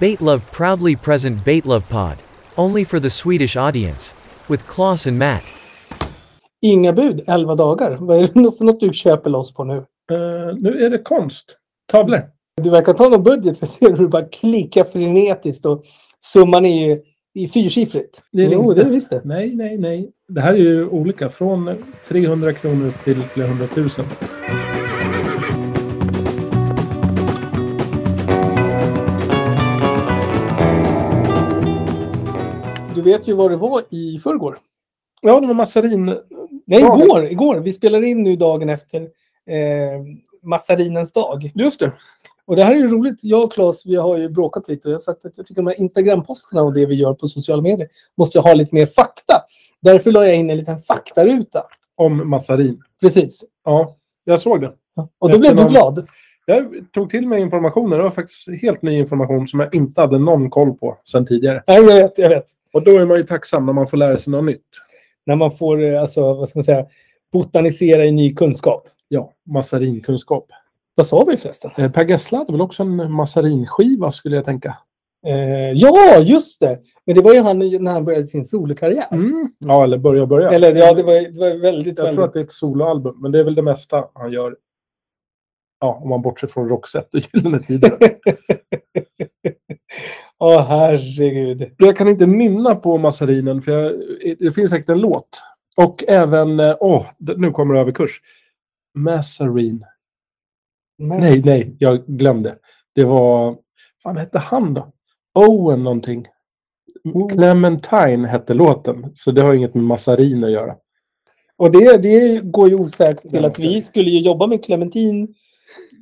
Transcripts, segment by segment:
Baitlove proudly present Baitlove Pod. Only for the Swedish audience. With Klaus and Matt. Inga bud, 11 dagar. Vad är det för något du köper loss på nu? Eh, nu är det konst. Tavlor. Du verkar ta någon budget för ser hur du bara klickar frenetiskt och summan är ju i fyrsiffrigt. Det är det jo, inte. det är det visst det. Nej, nej, nej. Det här är ju olika. Från 300 kronor till flera hundratusen. Du vet ju vad det var i förrgår. Ja, det var massarin. Nej, Ja, igår. igår. Vi spelar in nu dagen efter eh, massarinens dag. Just det. Och det här är ju roligt. Jag och Claes, vi har ju bråkat lite och jag har sagt att jag tycker de här Instagram-posterna och det vi gör på sociala medier måste jag ha lite mer fakta. Därför la jag in en liten faktaruta. Om massarin. Precis. Ja, jag såg det. Och då blev du Efternamn. glad. Jag tog till mig informationen. Det var faktiskt helt ny information som jag inte hade någon koll på sedan tidigare. Nej, jag vet, jag vet. Och då är man ju tacksam när man får lära sig något nytt. När man får, eh, alltså, vad ska man säga, botanisera i ny kunskap. Ja, massarinkunskap. Vad sa vi förresten? Eh, Per Gessle hade väl också en massarinskiva skulle jag tänka. Eh, ja, just det! Men det var ju han i- när han började sin solokarriär. Mm. Ja, eller börja börja. Eller ja, det var, det var väldigt, Jag tror att det är väldigt... ett soloalbum, men det är väl det mesta han gör. Ja, om man bortser från Roxette och Gyllene Tider. Åh, herregud. jag kan inte nynna på Massarinen, för jag, det finns säkert en låt. Och även, eh, åh, d- nu kommer det överkurs. Massarin. Men- Nej, nej, jag glömde. Det var, fan hette han då? Owen någonting. Oh. Clementine hette låten, så det har inget med Massarin att göra. Och det, det går ju osäkert till Ja, att vi skulle ju jobba med clementin.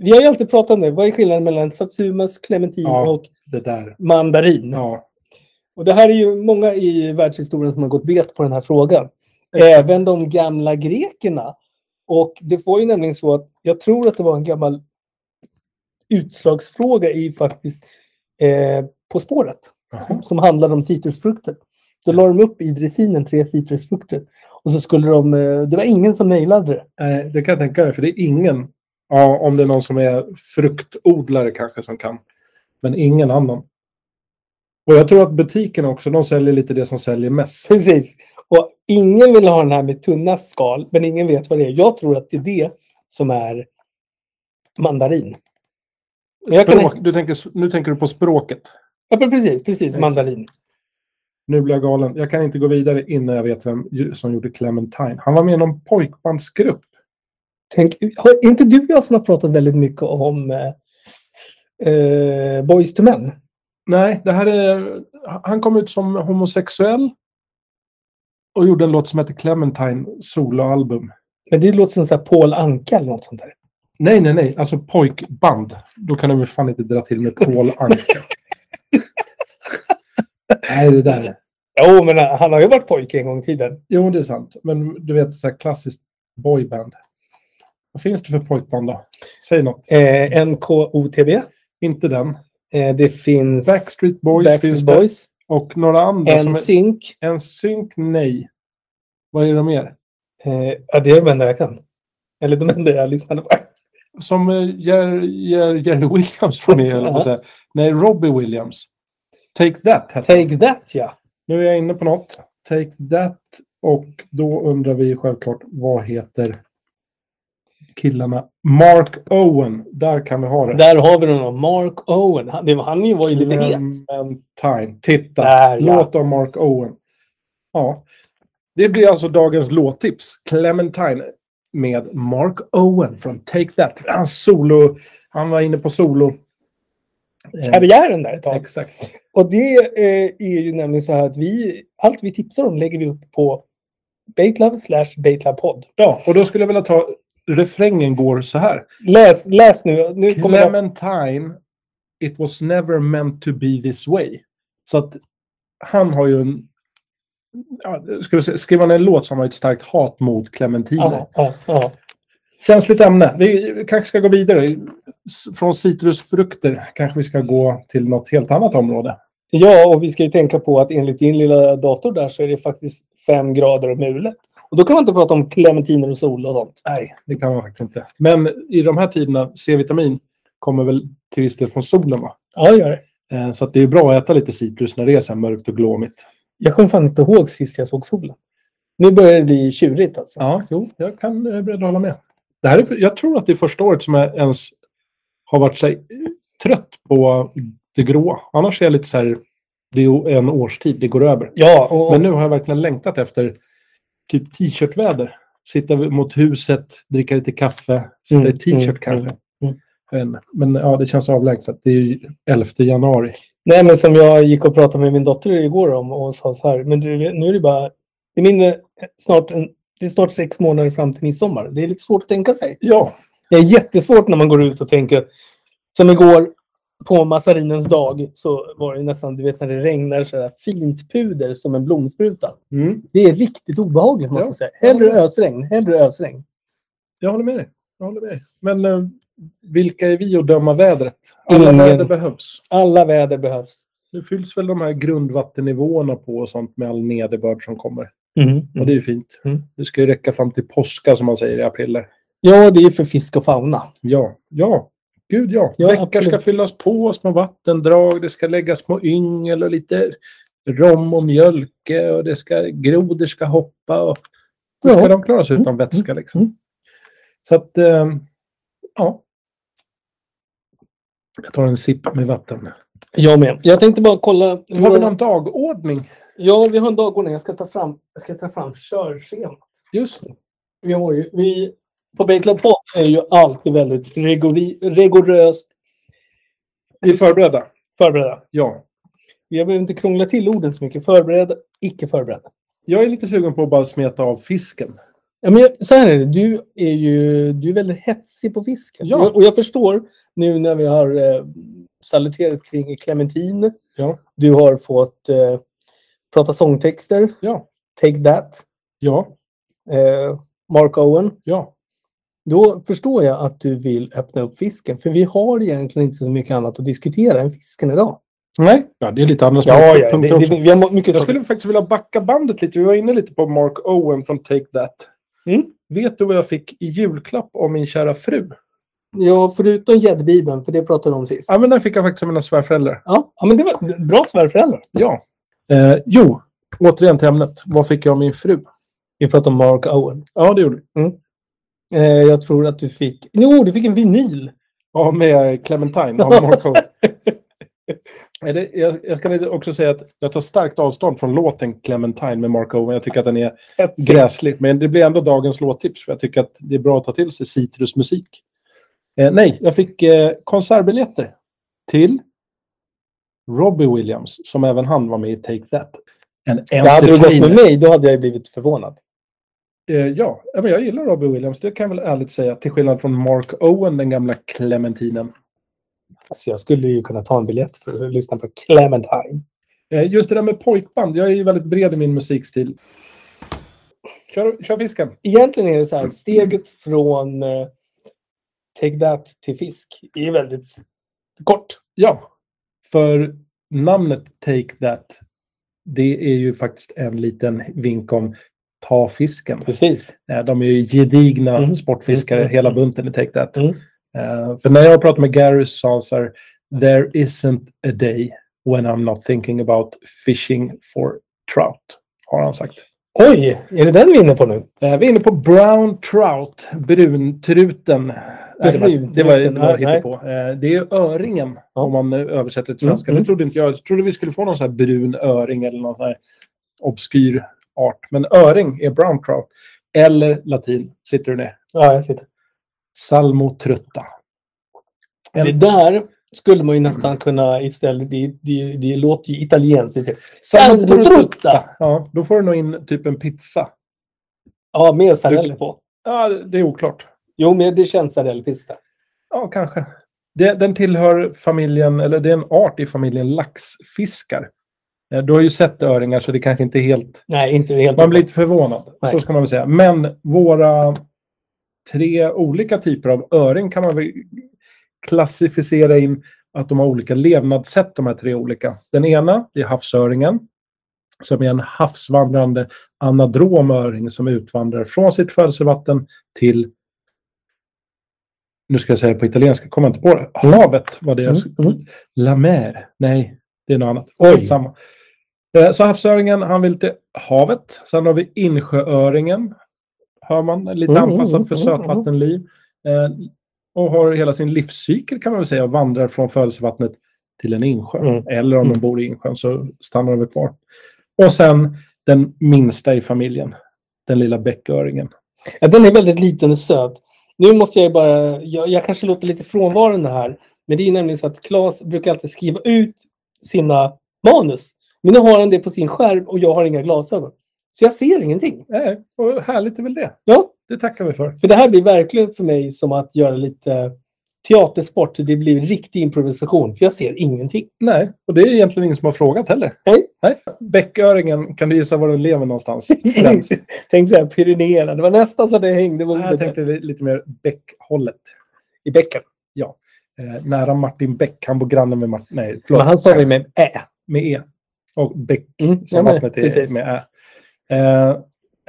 Vi har ju alltid pratat om det. Vad är skillnaden mellan satsumas, clementin Ja. och Det där. mandarin? Ja, Och det här är ju många i världshistorien som har gått bet på den här frågan. Även de gamla grekerna. Och det var ju nämligen så att jag tror att det var en gammal utslagsfråga i faktiskt eh, På spåret Jaha. som, som handlade om citrusfrukter. Då la de upp i dressinen tre citrusfrukter. Och så skulle de, eh, det var ingen som nailade det. Nej, Eh, det kan jag tänka mig, för det är ingen. Ja, om det är någon som är fruktodlare kanske som kan. Men ingen annan. Och jag tror att butikerna också, de säljer lite det som säljer mest. Precis. Och ingen vill ha den här med tunna skal, men ingen vet vad det är. Jag tror att det är det som är mandarin. Men Jag Språk, kan, du tänker, nu tänker du på språket. ja, men precis, precis. Exakt. Mandarin. Nu blir jag galen. Jag kan inte gå vidare innan jag vet vem ju- som gjorde Clementine. Han var med i någon pojkbandsgrupp. Tänk, har, är inte du och jag som har pratat väldigt mycket om eh, eh, Boys to Men? Nej, det här är... Han kom ut som homosexuell. Och gjorde en låt som heter Clementine, soloalbum. Men det låter som så här Paul Anka eller något sånt där. Nej, nej, nej. Alltså pojkband. Då kan de väl fan inte dra till med Paul Anka. nej, det där. Jo, men eh, han har ju varit pojke en gång i tiden. Jo, det är sant. Men du vet, så här klassiskt boyband. Vad finns det för pojkband då? Säg något. Eh, NKOTB. Inte den. Eh, det finns Backstreet Boys Backstreet finns det. Boys. Och några andra. som är... NSYNC. En synk, nej. Vad är det mer? Eh, ja, det är de enda jag kan. Eller de enda jag lyssnade på. Som eh, Jer- Jer- Jerry Williams var med, höll jag på att säga. Nej, Robbie Williams. Take That hette Take That, ja. Nu är jag inne på något. Take that. Och då undrar vi självklart vad heter killarna? Mark Owen. Där kan vi ha det. Där har vi honom. Mark Owen. Han, det var, han ju var ju lite het. Clementine. Titta. Där, ja. Låt av Mark Owen. Ja. Det blir alltså dagens låttips. Clementine med Mark Owen från Take That. Han, solo, han var inne på solo. Eh, Karriären där ett tag. Exakt. Och det eh, är ju nämligen så här att vi, allt vi tipsar om lägger vi upp på Baitlove slash Baitlove-podd. Ja, och då skulle jag vilja ta... Refrängen går så här. Läs, läs nu. nu kommer jag, Clementine, it was never meant to be this way. Så att han har ju en... Ja, ska vi se, skrev han en låt som har ett starkt hat mot clementiner. ja, ja, ja. Känsligt ämne. Vi kanske ska gå vidare. S- Från citrusfrukter kanske vi ska gå till något helt annat område. ja, och vi ska ju tänka på att enligt din lilla dator där så är det faktiskt fem grader och mulet. Och då kan man inte prata om clementiner och sol och sånt. Nej, det kan man faktiskt inte. Men i de här tiderna, C-vitamin kommer väl till viss del från solen, va? Ja, det gör det. Eh, Så att det är bra att äta lite citrus när det är så här mörkt och glåmigt. Jag kommer fan inte ihåg sist jag såg solen. Nu börjar det bli tjurigt alltså. Ja, jo, jag kan eh, beredd att hålla med. Det här är, för- jag tror att det är första året som jag ens har varit så här, eh, trött på det grå. Annars är jag lite så här, det är o- en årstid, det går över. Ja, och, Men nu har jag verkligen längtat efter typ t-shirtväder. Sitta vid- mot huset, dricka lite kaffe, sitta Mm, i t-shirt mm, kanske. mm. Men, men ja, det känns avlägset. Det är ju 11 januari. Nej, men som jag gick och pratade med min dotter igår om och sa så här, men du, nu är det bara, det är mindre, snart, en, det är snart sex månader fram till midsommar. Det är lite svårt att tänka sig. Ja, Det är jättesvårt när man går ut och tänker att, som igår på massarinens dag så var det nästan, du vet när det regnar så där fint puder som en blomspruta. mm, Det är riktigt obehagligt måste Ja. jag säga. Hellre ösregn, hellre ösregn. jag håller med dig. Jag håller med dig. Men eh, vilka är vi att döma vädret? Alla Ingen. väder behövs. Alla väder behövs. Nu fylls väl de här grundvattennivåerna på och sånt med all nederbörd som kommer. Och det är ju fint. Mm. Det ska ju räcka fram till påska som man säger i april. Ja, det är för fisk och fauna. Ja, ja. Gud ja. Ja, Bäckar absolut. ska fyllas på, små vattendrag, det ska läggas små yngel och lite rom och mjölke och det ska, grodor ska hoppa. Och, hur Ja. ska de klara sig utan vätska liksom? mm. Så att, eh, ja. Jag tar en sipp med vatten. Jag med. Jag tänkte bara kolla. Har vi någon dagordning? Ja, vi har en dagordning. Jag ska ta fram, jag ska ta fram körschemat. Just det. Vi har ju, vi på Baitlab Pod är ju alltid väldigt rigori, rigoröst Vi är förberedda. förberedda. Ja. Vi behöver inte krångla till orden så mycket. Förberedda, icke förberedda. Jag är lite sugen på att bara smeta av fisken. Ja, men jag- så här är det. Du är ju du är väldigt hetsig på fisken. Ja. Och jag förstår nu när vi har eh, saluterat kring Clementine. Ja. Du har fått eh, prata sångtexter. Ja. Take that. Ja. eh, Mark Owen, Ja. då förstår jag att du vill öppna upp fisken. För vi har egentligen inte så mycket annat att diskutera än fisken idag. Nej. Ja, det är lite annars. det, det, vi har mycket Jag saker. skulle faktiskt vilja backa bandet lite. Vi var inne lite på Mark Owen från Take That. Mm. Vet du vad jag fick i julklapp av min kära fru? Ja, förutom gäddbibeln, för det pratade vi om sist. Ja, men den fick jag faktiskt av mina svärföräldrar. Ja, ja men det var bra svärföräldrar. Ja. Eh, jo, återigen till ämnet. Vad fick jag av min fru? Vi pratade om Mark Owen. Ja, det gjorde du. Eh, jag tror att du fick... Jo, du fick en vinyl. Ja, med Clementine av Mark Owen. Är det- Jag, jag ska lite också säga att jag tar starkt avstånd från låten Clementine med Mark Owen. Jag tycker att den är gräslig. Men det blir ändå dagens låttips. För jag tycker att det är bra att ta till sig citrusmusik. Eh, nej, jag fick eh, konsertbiljetter till Robbie Williams, som även han var med i Take That. En Ja, hade du gått med entertainer. mig, då hade jag blivit förvånad. Eh, ja, ja, men jag gillar Robbie Williams. Det kan jag väl ärligt säga. Till skillnad från Mark Owen, den gamla Clementinen. Alltså, jag skulle ju kunna ta en biljett för att lyssna på Clementine. Eh, just det där med pojkband. Jag är ju väldigt bred i min musikstil. Kör, kör fisken. egentligen är det så här, steget från eh, Take That till Fisk är väldigt kort. Ja, för namnet Take That, det är ju faktiskt en liten vink om ta fisken. Precis. Eh, De är ju gedigna Mm. sportfiskare, Mm. hela bunten i Take That. Mm. Eh, För när jag pratade med Gary så sa han så här, There isn't a day when I'm not thinking about fishing for trout, har han sagt. Oj, är det den vi är inne på nu? Eh, Vi är inne på brown trout, bruntruten. Nej, det var, det var, det var Nej, nej. hittepå. Eh, Det är öringen Ja. om man eh, översätter till Mm, svenska. mm. Det trodde inte jag. Jag trodde vi skulle få någon sån här brun öring eller någon sån här obskyr art. Men öring är brown trout. Eller latin, sitter du ner? Ja, jag sitter. Salmotrutta. Det En- där skulle man ju nästan kunna istället, det, det, det låter ju italienskt. lite. Salmotrutta. Salmotrutta. Ja, då får du nog in typ en pizza. Ja, med sardeller på. Ja, det är oklart. Jo, men det känns sardellpista. Ja, kanske. Det, den tillhör familjen, eller det är en art i familjen laxfiskar. Eh, Du har ju sett öringar så det kanske inte är helt... Nej, inte helt. Man blir lite förvånad, Nej. så ska man väl säga. Men våra tre olika typer av öring kan man väl klassificera in att de har olika levnadssätt, de här tre olika. Den ena, det är havsöringen, som är en havsvandrande anadrom öring som utvandrar från sitt födelsevatten till Nu ska jag säga det på italienska, kommer inte på det. Havet var det Mm, jag skulle... La mer. Nej, det är något annat. Skitsamma. Eh, Så havsöringen, han vill till havet. Sen har vi insjööringen. Hör man, lite Mm, anpassad för mm, mm, sötvattenliv. Eh, Och har hela sin livscykel kan man väl säga, och vandrar från födelsevattnet till en insjö. Mm. Eller om de Mm. bor i insjön så stannar de väl kvar. Och sen den minsta i familjen, den lilla bäcköringen. Ja, den är väldigt liten och söt. Nu måste jag ju bara... Jag, jag kanske låter lite frånvarande här. Men det är ju nämligen så att Claes brukar alltid skriva ut sina manus. Men nu har han det på sin skärm och jag har inga glasögon. Så jag ser ingenting. Nej, Eh, och härligt är väl det. Ja, Det tackar vi för. för det här blir verkligen för mig som att göra lite teatersport. Det blir riktig improvisation, för jag ser ingenting. Nej, och det är egentligen ingen som har frågat heller. Nej. Nej. Bäcköringen, kan du gissa var den lever någonstans? Främst. Tänk så här, Pyrenéerna. Det var nästan så det hängde med Nej, jag ordet tänkte li- lite mer Bäckhållet. i bäcken. Eh, nära Martin Bäck. Han bor grannen med Martin. Nej, förlåt. Men han stavar ju med ä. Med E. Och Bäck, Mm, som ja, men, vattnet är precis. med Ä. Eh,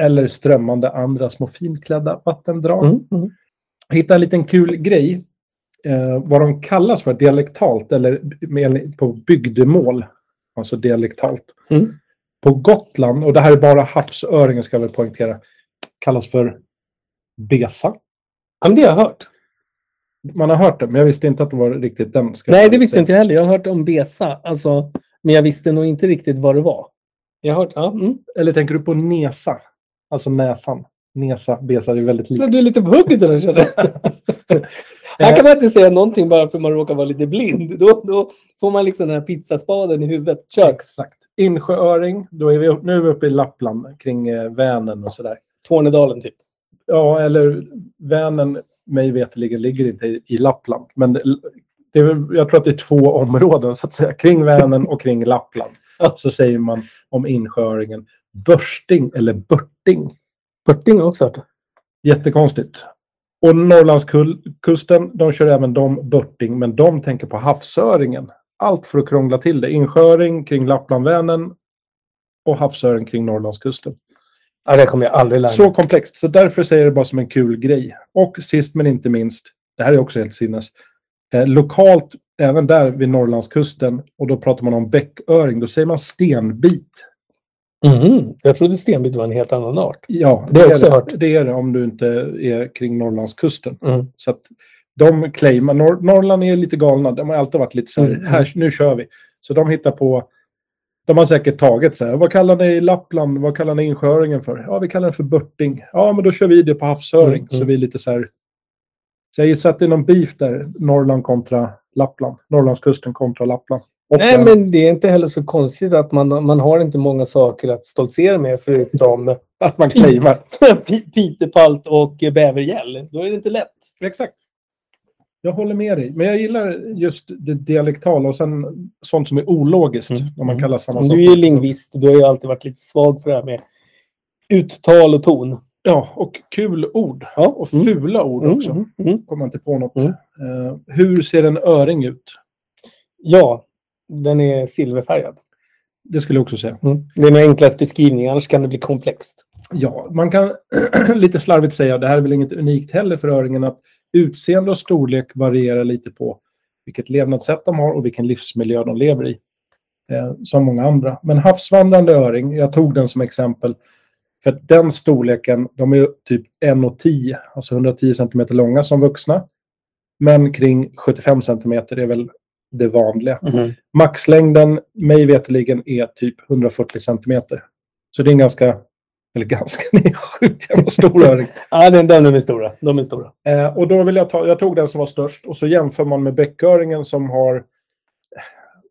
eller strömmande andra små finklädda vattendrag. Mm, mm. hittade en liten kul grej. Eh, vad de kallas för dialektalt eller med, på bygdemål. Alltså dialektalt. Mm. På Gotland, och det här är bara havsöringen ska jag väl poängtera, kallas för besa. Ja, men det har jag hört. Man har hört det, men jag visste inte att det var riktigt den. Ska Nej, det visste inte jag heller. Jag har hört om Besa, alltså, men jag visste nog inte riktigt vad det var. Jag har hört, ja. Mm. Eller tänker du på nesa? Alltså näsan. Nesa, besa, det är väldigt likt. Du är lite på hugget eller känner jag. Här kan man inte säga någonting bara för man råkar vara lite blind. Då, då får man liksom den här pizzaspaden i huvudet. Kör! Exakt. Insjööring, då är vi, upp- nu är vi uppe i Lappland kring eh, Vänern och sådär. Tornedalen typ. Ja, eller Vänern, mig veterligen, ligger inte i, i Lappland. Men det, det, är väl- jag tror att det är två områden, så att säga. Kring Vänern och kring Lappland. Ja. Så säger man om insjööringen Börsting eller Börting. Börting har också hört. Jättekonstigt. Och Norrlandskusten, de kör även de Börting, men de tänker på havsöringen. Allt för att krångla till det. Insjööring kring Lappland-Vänern och havsöring kring Norrlandskusten. Ja, det kommer jag aldrig lära mig. Så komplext, så därför säger jag det bara som en kul grej. Och sist men inte minst, det här är också helt sinnes, eh, lokalt, även där vid Norrlandskusten, och då pratar man om bäcköring, då säger man stenbit. Mhm. Jag trodde stenbit var en helt annan art. Ja, Det har jag också är det. hört. Det är det om du inte är kring Norrlandskusten. Mm. Så att de claimar, Nor- Norrland är lite galna, de har alltid varit lite så här, Mm. här nu kör vi. Så de hittar på, de har säkert tagit så här, vad kallar ni Lappland, vad kallar ni insjööringen för? Ja, vi kallar den för börting. Ja, men då kör vi det på havsöring. Mm, Så mm. vi är lite så här, så jag gissar att det är någon beef där, Norrland kontra Lappland. Norrlandskusten kontra Lappland. Och eh, Nej, den- men det är inte heller så konstigt att man, man har inte många saker att stoltsera med förutom Att man claimar. P- Pitepalt och eh, bävergäll. Då är det inte lätt. Exakt. Jag håller med dig, men jag gillar just det dialektala och sen sånt som är ologiskt, Mm, när man mm. kallar samma Du är ju lingvist och du har ju alltid varit lite svag för det här med uttal och ton. Ja, och kul ord. Ja, Och mm. fula ord Mm, också. mm, mm. Kommer inte på något. Mm. Eh, hur ser en öring ut? Ja, den är silverfärgad. Det skulle jag också säga. Det är min enklaste beskrivning, annars kan det bli komplext. Ja, man kan lite slarvigt säga, det här är väl inget unikt heller för öringen, att utseende och storlek varierar lite på vilket levnadssätt de har och vilken livsmiljö de lever i. Eh, som många andra. Men havsvandrande öring, jag tog den som exempel, för att den storleken, de är ju typ 1,10, alltså 110 centimeter långa som vuxna. Men kring 75 centimeter är väl det vanliga. Maxlängden, mig veterligen, är typ 140 centimeter. Så det är en ganska, eller ganska, det är sjukt jävla stor öring. Ja, den, den är stora. De är stora. Eh, och då vill jag ta, jag tog den som var störst och så jämför man med bäcköringen som har, eh,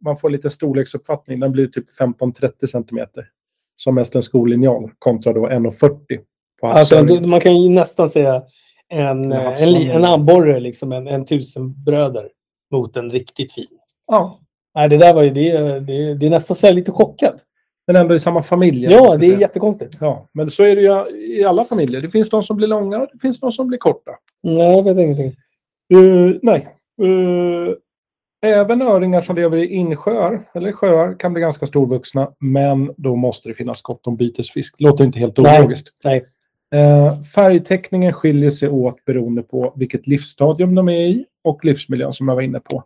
man får lite storleksuppfattning, den blir typ 15-30 centimeter. Som mest en skolinjal kontra då 1,40 på Alltså, havsöringen. du- man kan ju nästan säga en, En eh, en, havsörn. li- en abborre, liksom, en, en tusenbröder mot en riktigt fin. Ja, Nej, det där var ju, det, det, det är nästan så jag är lite chockad. men ändå i samma familj. eller vad Ja, man det ska är säga. jättekonstigt. Ja, men så är det ju i alla familjer. Det finns de som blir långa och det finns de som blir korta. Nej, Mm, jag vet ingenting. Eh, nej. Eh, även öringar som lever i insjöar eller sjöar kan bli ganska storvuxna, men då måste det finnas gott om bytesfisk. Låter inte helt Nej. ologiskt. Nej. Eh, färgteckningen skiljer sig åt beroende på vilket livsstadium de är i och livsmiljön som jag var inne på.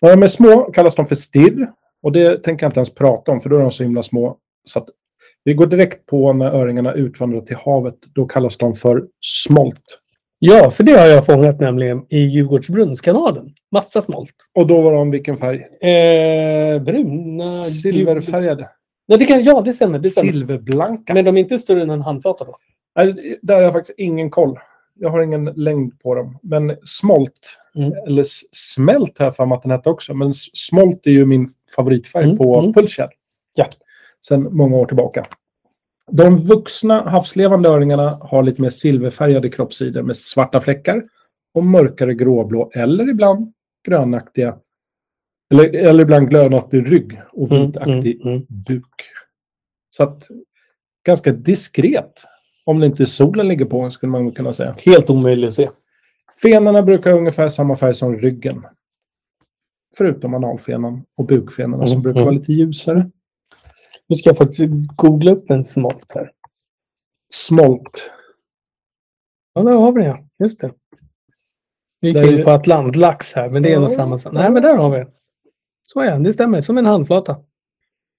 När de är små kallas de för stirr. Och det tänker jag inte ens prata om, för då är de så himla små. Så att vi går direkt på när öringarna utvandrar till havet. Då kallas de för smolt. Ja, för det har jag fångat nämligen i Djurgårdsbrunnskanalen. Massa smolt. Och då var de vilken färg? Eh, bruna... Silverfärgade. Ja, det, kan, ja, det stämmer. Det stämmer. Silverblanka. Men de är inte större än en handflata då? Nej, Där har jag faktiskt ingen koll. Jag har ingen längd på dem. Men smolt, Mm. eller s- smält har jag för mig att den hette också. Men s- smolt är ju min favoritfärg Mm, på mm. pulsar. Ja. Sedan många år tillbaka. De vuxna havslevande öringarna har lite mer silverfärgade kroppssidor med svarta fläckar och mörkare gråblå eller ibland grönaktiga eller, eller ibland grönaktig rygg och vitaktig mm. buk. Så att ganska diskret. Om det inte solen ligger på skulle man kunna säga. Helt omöjligt att se. Fenorna brukar ha ungefär samma färg som ryggen. Förutom analfenan och bukfenorna som Mm, brukar mm. vara lite ljusare. Nu ska jag faktiskt googla upp en smolt här. Smolt. Ja, där har vi det. Just det. Vi gick Där är- in på atlantlax här, men det är Ja. nog samma sak. Nej, men där har vi det. Så ja, det stämmer. Som en handflata.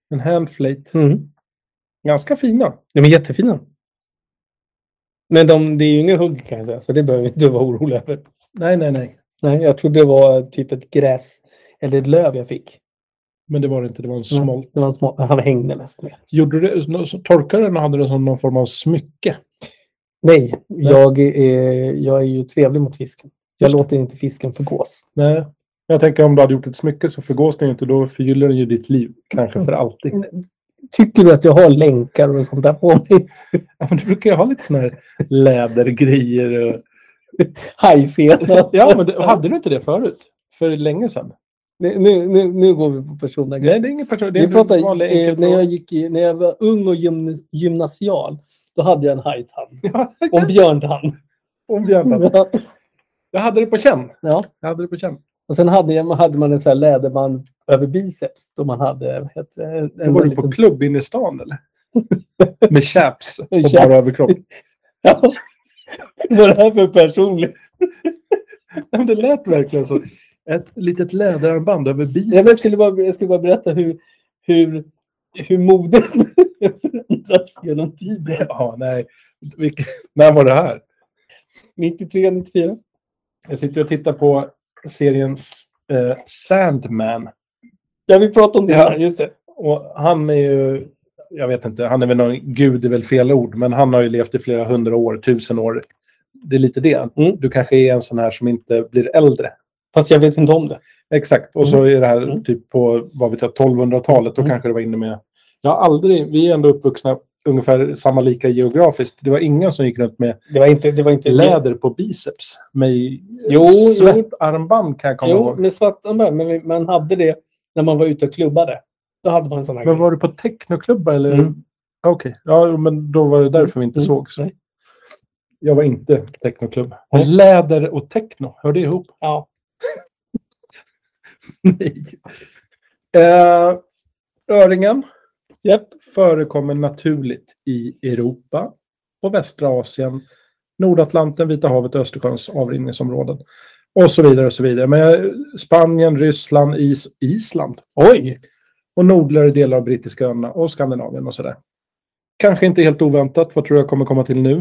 En handflate. Mm. Ganska fina. De är jättefina. Men de, det är ju inga hugg kan jag säga, så det behöver vi inte vara oroliga över. Nej, nej, nej. Nej, jag trodde det var typ ett gräs eller ett löv jag fick. Men det var det inte. Det var en Mm. smolt. Den var små, han hängde mest med. Gjorde du det, så torkade du den och hade den som någon form av smycke? Nej, Jag, är, jag är ju trevlig mot fisken. Jag Just det. låter inte fisken förgås. Nej. Jag tänker om du hade gjort ett smycke så förgås den ju inte. Då förgyller den ju ditt liv. Kanske Mm. för alltid. Tycker du att jag har länkar och sånt där på mig? Ja, men du brukar ju ha lite såna här lädergrejer. Och... Hajfena. Ja, men det, hade du inte det förut? För länge sedan? Nu, nu, nu, nu går vi på personliga grejer. Nej, det är ingen person. Det är Vi en pratar, vanlig eh, enkel när, jag fråga. gick i, när jag var ung och gymn, gymnasial, då hade jag en hajtand. Ja, Och en björntand. om jävlar. Ja. Jag hade det på känn. ja. Jag hade det på känn. Och sen hade, jag, hade man en sån här läderband över biceps. Då man hade vad heter det, en, Då en var du liten- på klubb inne i stan eller? Med chaps och Chaps. bara överkropp. Ja. Vad är det här för personligt? Nej, men det lät verkligen så. Ett litet läderarmband över Jag, vet, jag, biceps. skulle bara, jag skulle bara berätta hur, hur, hur modet förändrats genom tiden. Ja, nej. Vilken- När var det här? 93, 94. Jag sitter och tittar på serien eh, Sandman. Ja, vi pratade om det. Ja. här, Just det. Och han är ju, jag vet inte, han är väl någon gud, är väl fel ord, men han har ju levt i flera hundra år, tusen år. Det är lite det. Mm. Du kanske är en sån här som inte blir äldre. Fast jag vet inte om det. Exakt. Och så är det här Mm. typ på, vad vet jag, 1200-talet, då Mm. kanske det var inne med... Jag har aldrig, vi är ändå uppvuxna ungefär samma lika geografiskt. Det var ingen som gick runt med Det var inte... Det var inte läder på biceps. Med Jo, jo. svettarmband kan jag komma Jo, ihåg. med svarta bär, men man hade det när man var ute och klubbade. Då hade man en sån här Men grej. var du på technoklubbar eller? Mm. Okej, ja, men då var det därför vi inte Mm. sågs. Nej. Jag var inte på technoklubb. Nej. Men läder och techno, hör det ihop? Ja. Nej. Eh, öringen Japp. förekommer naturligt i Europa och västra Asien, Nordatlanten, Vita havet och Östersjöns avrinningsområden. Och så vidare och så vidare. Men eh, Spanien, Ryssland, Is Island. Oj! Och nordligare delar av Brittiska öarna och Skandinavien och sådär. Kanske inte helt oväntat. Vad tror jag kommer komma till nu?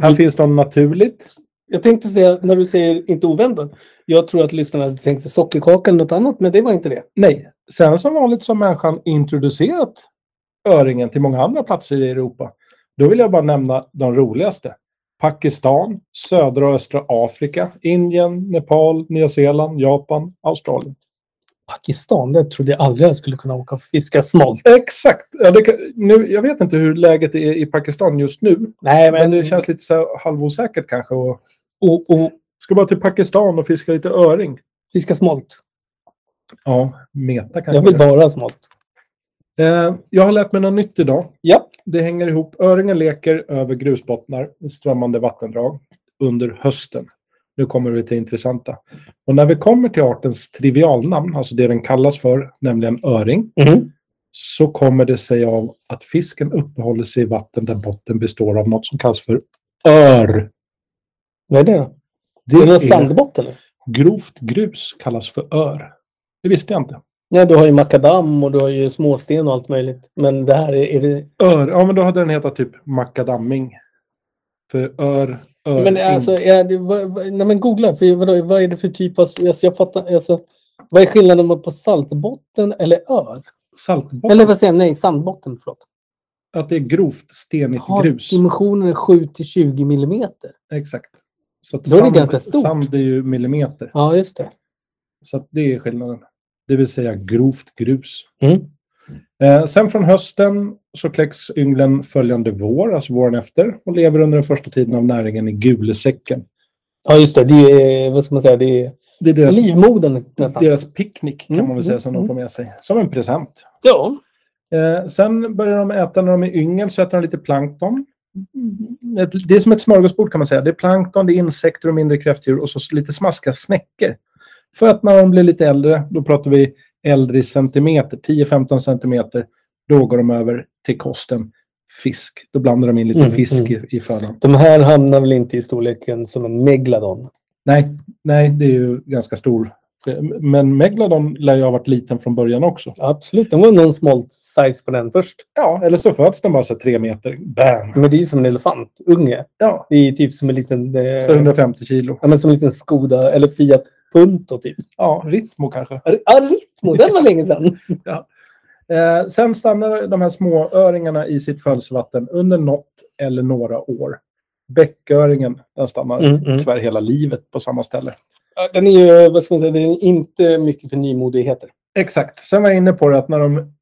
Här Mm. finns de naturligt. Jag tänkte säga, när du säger inte oväntat. Jag tror att lyssnarna hade tänkt sig sockerkaka eller något annat, men det var inte det. Nej. Sen som vanligt så har människan introducerat öringen till många andra platser i Europa. Då vill jag bara nämna de roligaste. Pakistan, södra och östra Afrika, Indien, Nepal, Nya Zeeland, Japan, Australien. Pakistan, det trodde jag aldrig jag skulle kunna åka och fiska smolt. Exakt! Ja, det kan, nu, jag vet inte hur läget är i Pakistan just nu. Nej, Men det känns lite så här halvosäkert kanske. Och, Och, och ska bara till Pakistan och fiska lite öring. fiska smolt. Ja, meta kanske. Jag vill bara ha smolt. Eh, jag har lärt mig något nytt idag. Ja. Det hänger ihop. Öringen leker över grusbottnar i strömmande vattendrag under hösten. Nu kommer vi till det intressanta. Och när vi kommer till artens trivialnamn, alltså det den kallas för, nämligen öring, Mhm. så kommer det sig av att fisken uppehåller sig i vatten där botten består av något som kallas för Ör. Vad är det då? Det är det någon är sandbotten? eller? grovt grus kallas för ör. Det visste jag inte. Ja, du har ju makadam och du har ju småsten och allt möjligt. Men det här är, är det... Ör. Ja, men då hade den hetat typ makadamming. För ör, ör. Men alltså, är det, vad, vad, nej men googla. För vadå, vad är det för typ av... Alltså, jag fattar, alltså, vad är skillnaden på saltbotten eller ör? saltbotten. Eller vad säger jag? Nej, sandbotten. Förlåt. Att det är grovt stenigt Har grus. dimensionen är 7 till 20 millimeter. Exakt. Så att Då är det sand, ganska stort. Sand är ju millimeter. Ja, just det. Så att det är skillnaden. Det vill säga grovt grus. Mm. Eh, sen från hösten så kläcks ynglen följande vår, alltså våren efter, och lever under den första tiden av näringen i gulesäcken. Ja, just det. Det är, vad ska man säga, det är Det är deras, livmodern nästan. deras picknick kan Mm, man väl säga mm, som mm. de får med sig. Som en present. Ja. Eh, sen börjar de äta när de är yngel, så äter de lite plankton. Ett- Det är som ett smörgåsbord kan man säga. Det är plankton, det är insekter och mindre kräftdjur och så lite smaskiga snäckor. För att när de blir lite äldre, då pratar vi äldre i centimeter, 10-15 centimeter, då går de över till kosten fisk. Då blandar de in lite Mm, fisk I, i födan. De här hamnar väl inte i storleken som en megladon? Nej, nej, det är ju ganska stor. eh, Men Megalodon lär ju ha varit liten från början också. Absolut, det var någon small size på den först. Ja, eller så föds den bara så här tre meter. Bam! Men det är ju som en elefantunge. Ja, Det är ju typ som en liten, eh, så 150 kilo. ja, men som en liten Skoda eller Fiat Punto typ. Ja, Ritmo kanske. Ja, Ritmo, den var länge sedan. Eh, sen stannar de här små öringarna i sitt födelsevatten under något eller några år. Bäcköringen den stannar Mm, mm. tyvärr hela livet på samma ställe. Ja, Den är ju, vad ska man säga, den är inte mycket för nymodigheter. Exakt. Sen var jag inne på det att när de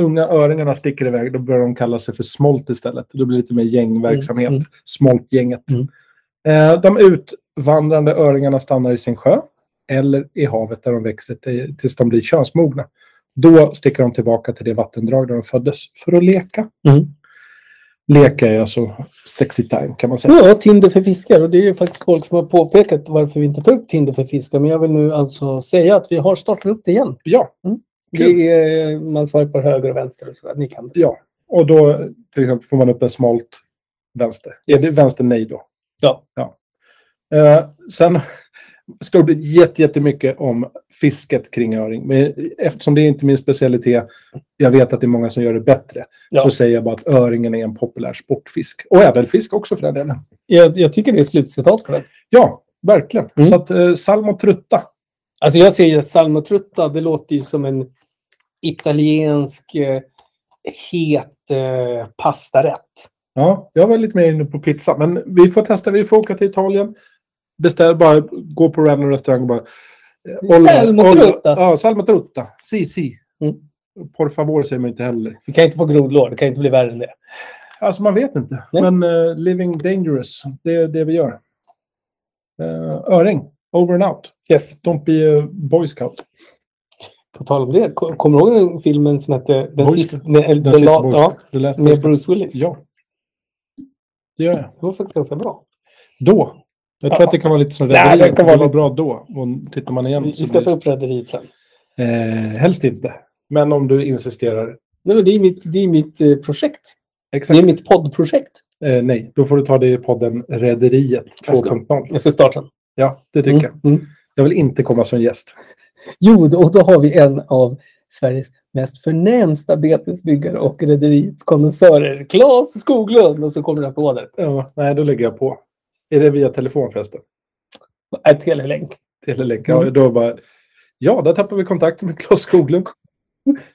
unga öringarna sticker iväg då börjar de kalla sig för smolt istället. Då blir det lite mer gängverksamhet. Mm, mm. Smoltgänget. Mm. Eh, de utvandrande öringarna stannar i sin sjö eller i havet där de växer till, tills de blir könsmogna. Då sticker de tillbaka till det vattendrag där de föddes för att leka. Mm. Leka är alltså sexy time kan man säga. Ja, Tinder för fiskar. Och det är ju faktiskt folk som har påpekat varför vi inte tar upp Tinder för fiskar. Men jag vill nu alltså säga att vi har startat upp det igen. Ja, Mm. Kul. Det är, man swipar höger och vänster och sådär. Ni kan det. ja. Och då till exempel, får man upp en smolt vänster. Yes. Är det vänster nej då? Ja. Eh, sen ska det bli jätte- jättemycket om fisket kring öring. Men eftersom det är inte min specialitet, jag vet att det är många som gör det bättre, Ja. så säger jag bara att öringen är en populär sportfisk. Och ädelfisk också för den delen. Jag, jag tycker det är slutcitat på den. Ja, verkligen. Mm. Så att eh, salm och trutta. Alltså jag ser ju salmotrutta, det låter ju som en italiensk eh, het eh, pastarätt. Ja, jag var lite mer inne på pizza, men vi får testa. Vi får åka till Italien. Beställ, bara gå på random restaurang och bara... eh, olla- Salm och olla- trutta. Ja, salm och trutta. Si, si. Mm. Por favor säger man inte heller. Vi kan inte få grodlår, det kan inte bli värre än det. Alltså man vet inte. Nej. Men eh, living dangerous, det är det vi gör. Eh, öring, over and out. Yes. Don't be a boy scout. På tal om det, ko- kommer du ihåg den filmen som hette Den Boys- sista... Nej, Den sista boy ja, scout. The last boy med scout. Bruce Willis. Ja. Det gör jag. Det var faktiskt ganska bra. Då. Jag tror att det kan vara lite som Nej, det Rederiet. kan Det vara var lite- bra då. Och tittar man igen Vi, så vi ska ta blir... upp Rederiet sen. eh, Helst inte. Men om du insisterar. Nej, men det är mitt, det är mitt eh, projekt. Det Exakt. är mitt poddprojekt. Eh, nej, då får du ta det i podden Rederiet Jag ska. 2.0. Jag ska starta den. Ja, det tycker jag. Mm, mm. Jag vill inte komma som gäst. Jo, och då har vi en av Sveriges mest förnämsta betesbyggare och rederitkondensörer, Claes Skoglund. Och så kommer applåder. Ja, nej, då lägger jag på. Är det via telefon förresten? Ett telelänk. Telelänk. Ja, då bara, ja, där tappar vi kontakten med Claes Skoglund.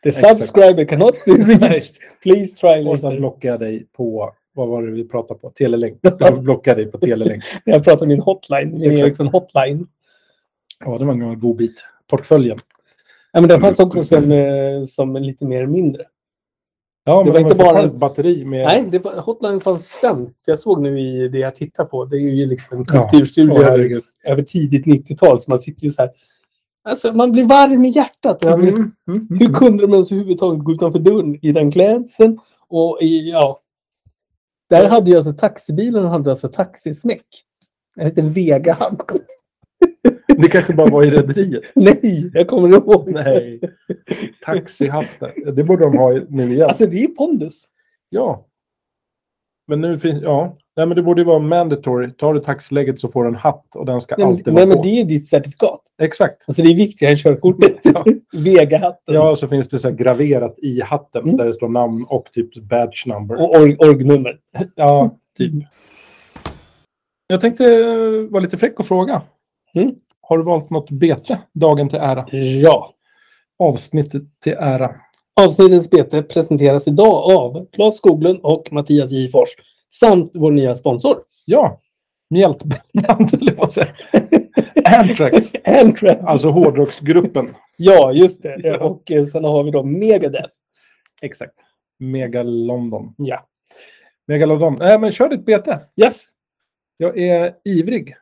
The Exakt. subscriber cannot be reached. Please try Och sen later. blockar jag dig på, vad var det vi pratade på? Telelänk. Jag blockar dig på Telelänk. Jag pratar om min hotline, min Exakt. Ericsson hotline. Ja, det var en gammal god bit. Portföljen. Ja, men den fanns också som, eh, som lite mer mindre. Ja, men var det var inte inte bara- bara ett batteri med... Nej, det var, hotline fanns sen. För Jag såg nu i det jag tittar på, det är ju liksom en Ja. kulturstudie Åh, över, herregud. över tidigt 90-tal. Så man sitter ju så här. Alltså, man blir varm i hjärtat. Jag blir- Mm, mm, mm. Hur kunde de ens överhuvudtaget gå utanför dörren i den klädseln? Och i, ja. Där hade ju alltså taxibilen hade alltså taxismäck. Den hette Vega Hamn. Det kanske bara var i Rederiet. Nej, jag kommer ihåg. Nej. Taxihatten. Det borde de ha i- nu igen. Alltså det är pondus. Ja. Men nu finns... Ja. Nej, men det borde ju vara mandatory. Tar du taxilägget så får du en hatt och den ska Nej, alltid men, vara nej, men på. det är ju ditt certifikat. Exakt. Alltså det är viktigare än körkortet. Ja. Vegahatten Ja, och så finns det så här graverat i hatten Mm. där det står namn och typ badge number. och org- orgnummer. Ja, typ. Jag tänkte eh, vara lite fräck och fråga. Mm. Har du valt något bete dagen till ära? Ja. Avsnittet till ära. Avsnittets bete presenteras idag av Claes Skoglund och Mattias J. Fors samt vår nya sponsor. Ja, mjältband eller vad säger jag? Anthrax. Antrax. Alltså hårdrocksgruppen. Ja, just det. Och eh, sen har vi då Megadeth. Exakt. Mega London. Ja. Mega London. Nej, Äh, men kör ditt bete. Yes. Jag är ivrig.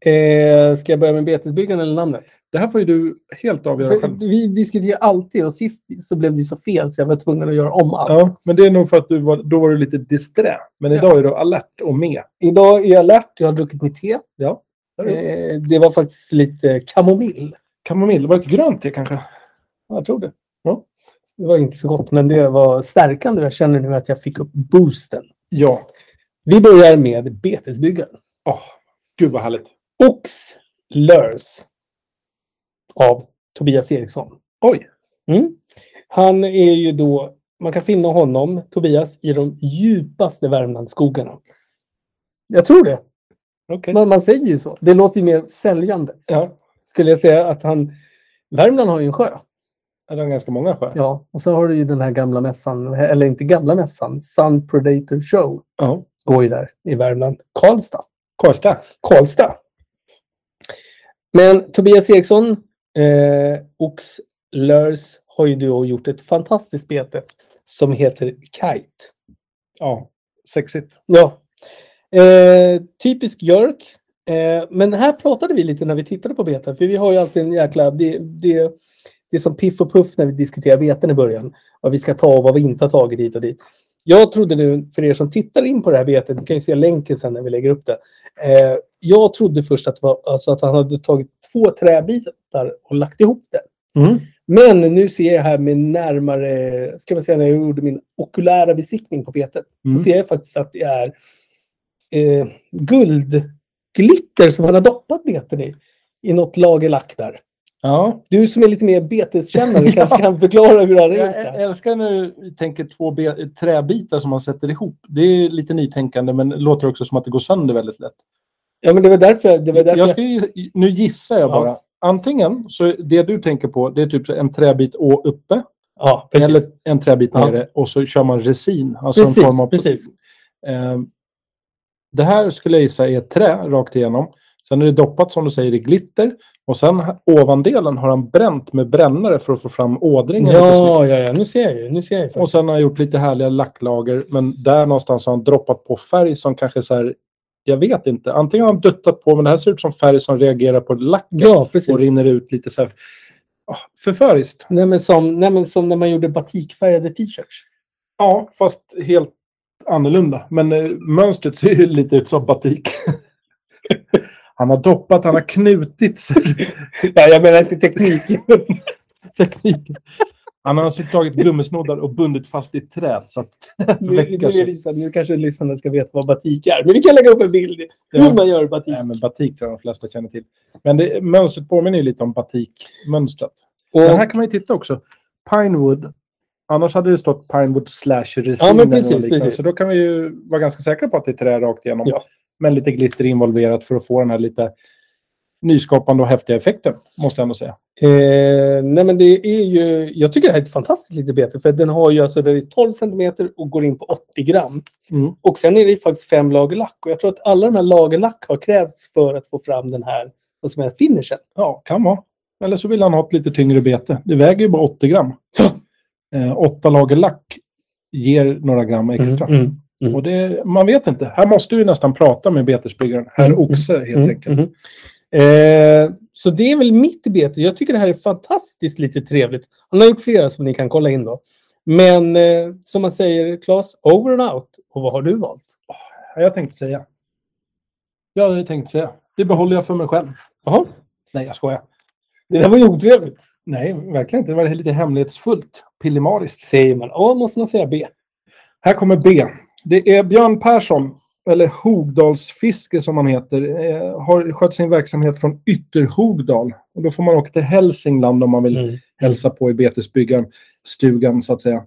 Eh, ska jag börja med betesbyggaren eller namnet? Det här får ju du helt avgöra själv. För Vi diskuterar alltid och sist så blev det ju så fel så jag var tvungen att göra om allt. Ja, men det är nog för att du var, då var du lite disträ. Men Ja. idag är du alert och med. Idag är jag alert, jag har druckit mitt te. Ja. Eh, det var faktiskt lite kamomill. Kamomill. Var det ett grönt te kanske? Ja, Jag tror det. Ja. Det var inte så gott, men det var stärkande. Jag känner nu att jag fick upp boosten. Ja. Vi börjar med betesbyggaren. Åh, gud vad härligt. Oxlers av Tobias Eriksson. Oj. Mm. Han är ju då, man kan finna honom, Tobias, i de djupaste Värmlandsskogarna. Jag tror det. Okej. Man, man säger ju så. Det låter ju mer säljande. Ja. Skulle jag säga att han... Värmland har ju en sjö. Det var ganska många skär. Ja, och så har du ju den här gamla mässan, eller inte gamla mässan, Sun Predator Show Ja. går ju där i Värmland. Karlstad. Karlstad. Karlstad. Men Tobias Eriksson, eh, Oxlörs, har ju då gjort ett fantastiskt bete som heter Kite. Ja. Sexigt. Ja. Eh, typisk Jörk. Eh, men här pratade vi lite när vi tittade på beten. För vi har ju alltid en jäkla... Det, det, det är som piff och puff när vi diskuterar beten i början. Vad vi ska ta och vad vi inte har tagit hit och dit. Jag trodde nu, för er som tittar in på det här betet, ni kan ju se länken sen när vi lägger upp det. Eh, jag trodde först att, det var, alltså att han hade tagit två träbitar och lagt ihop det. Mm. Men nu ser jag här med närmare, ska man säga när jag gjorde min okulära besiktning på betet, Mm. så ser jag faktiskt att det är eh, guldglitter som han har doppat beten i. I något lager lack där. Ja. Du som är lite mer beteskännare Ja. kanske kan förklara hur han har Jag gjort ä- det. älskar när du tänker två be- träbitar som man sätter ihop. Det är lite nytänkande, men det låter också som att det går sönder väldigt lätt. Ja, men det var därför, det var därför Jag skulle, gi- nu gissar jag Ja. bara. Antingen så är det du tänker på, det är typ så en träbit å uppe. Ja, precis. Eller en träbit Ja. nere och så kör man resin. Alltså Precis, en form av, precis. Eh, det här skulle jag gissa är trä rakt igenom. Sen är det doppat som du säger i glitter. Och sen här- ovandelen har han bränt med brännare för att få fram ådringen. lite snyggt. Ja, ja, ja, nu ser jag ju. Nu ser jag ju Och faktiskt. sen har han gjort lite härliga lacklager. Men där någonstans har han droppat på färg som kanske är så här. Jag vet inte. Antingen har han duttat på, men det här ser ut som färg som reagerar på lacken. Ja, Och precis. rinner ut lite så här. ah, Förföriskt. Nej men, som, nej, men som när man gjorde batikfärgade t-shirts. Ja, fast helt annorlunda. Men eh, mönstret ser ju lite ut som batik. han har doppat, han har knutit sig. Ja, jag menar inte teknik. tekniken. Han har alltså tagit gummisnoddar och bundit fast i träd så att trädet Nu, nu, väcker är sig. det så att nu kanske lyssnarna ska veta vad batik är. Men vi kan lägga upp en bild hur Ja. man gör batik. Nej, men batik tror jag de flesta känner till. Men det, mönstret påminner ju lite om batikmönstret. Och, Men här kan man ju titta också. Pinewood. Annars hade det stått Pinewood slash resin. Ja, men eller något precis, liknande. precis. Så då kan vi ju vara ganska säkra på att det är trä rakt igenom. Ja. Men lite glitter involverat för att få den här lite nyskapande och häftiga effekten, måste jag ändå säga. eh, nej, men det är ju, jag tycker det här är ett fantastiskt litet bete. För den har ju alltså den är 12 centimeter och går in på 80 gram. Mm. Och sen är det ju faktiskt fem lager lack. Och jag tror att alla de här lager lack har krävts för att få fram den här, vad som är finishen. Ja, kan vara. Eller så vill han ha ett lite tyngre bete. Det väger ju bara 80 gram. Eh, åtta lager lack ger några gram extra. mm. Och det, man vet inte. Här måste vi nästan prata med betesbyggaren. Herr Mm, Oxe, helt Mm, enkelt. mhm. Eh, så det är väl mitt bete. Jag tycker det här är fantastiskt lite trevligt. Han har gjort flera som ni kan kolla in då. Men eh, som man säger, Claes, over and out. Och vad har du valt? Ja, Jag tänkte säga. Ja, jag tänkte säga. Det behåller jag för mig själv. Jaha, Nej, jag skojar. det där var ju otrevligt. Nej, verkligen inte. Det var lite hemlighetsfullt. Pillemariskt. Säger man A måste man säga B. Här kommer B. Det är Björn Persson, eller Hogdalsfiske som han heter, eh, har skött sin verksamhet från Ytterhogdal. Och då får man åka till Hälsingland om man vill Mm. hälsa på i betesbyggaren, stugan så att säga.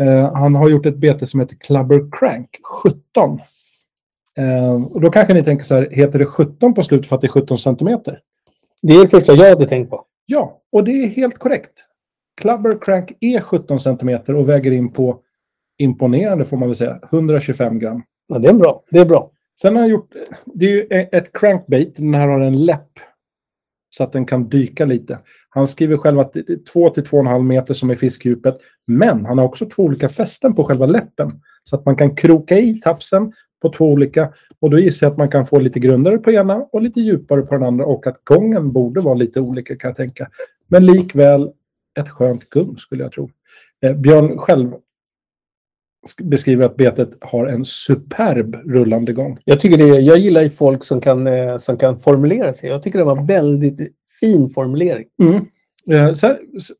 Eh, han har gjort ett bete som heter Clubber Crank 17. Eh, och då kanske ni tänker så här, heter det 17 på slut för att det är 17 centimeter? Det är det första jag hade tänkt på. Ja, och det är helt korrekt. Clubber Crank är 17 centimeter och väger in på, imponerande får man väl säga, 125 gram. Ja, det är bra. Det är bra. Sen har han gjort, det är ju e- ett crankbait, den här har en läpp. Så att den kan dyka lite. Han skriver själv att det är 2-2,5 meter som är fiskdjupet. Men han har också två olika fästen på själva läppen. Så att man kan kroka i tafsen på två olika. Och då gissar jag att man kan få lite grundare på ena och lite djupare på den andra. Och att gången borde vara lite olika kan jag tänka. Men likväl ett skönt gung skulle jag tro. Eh, Björn själv sk- beskriver att betet har en superb rullande gång. Jag, tycker det, jag gillar ju folk som kan, eh, som kan formulera sig. Jag tycker det var en väldigt fin formulering. Mm. Eh, Så här, s-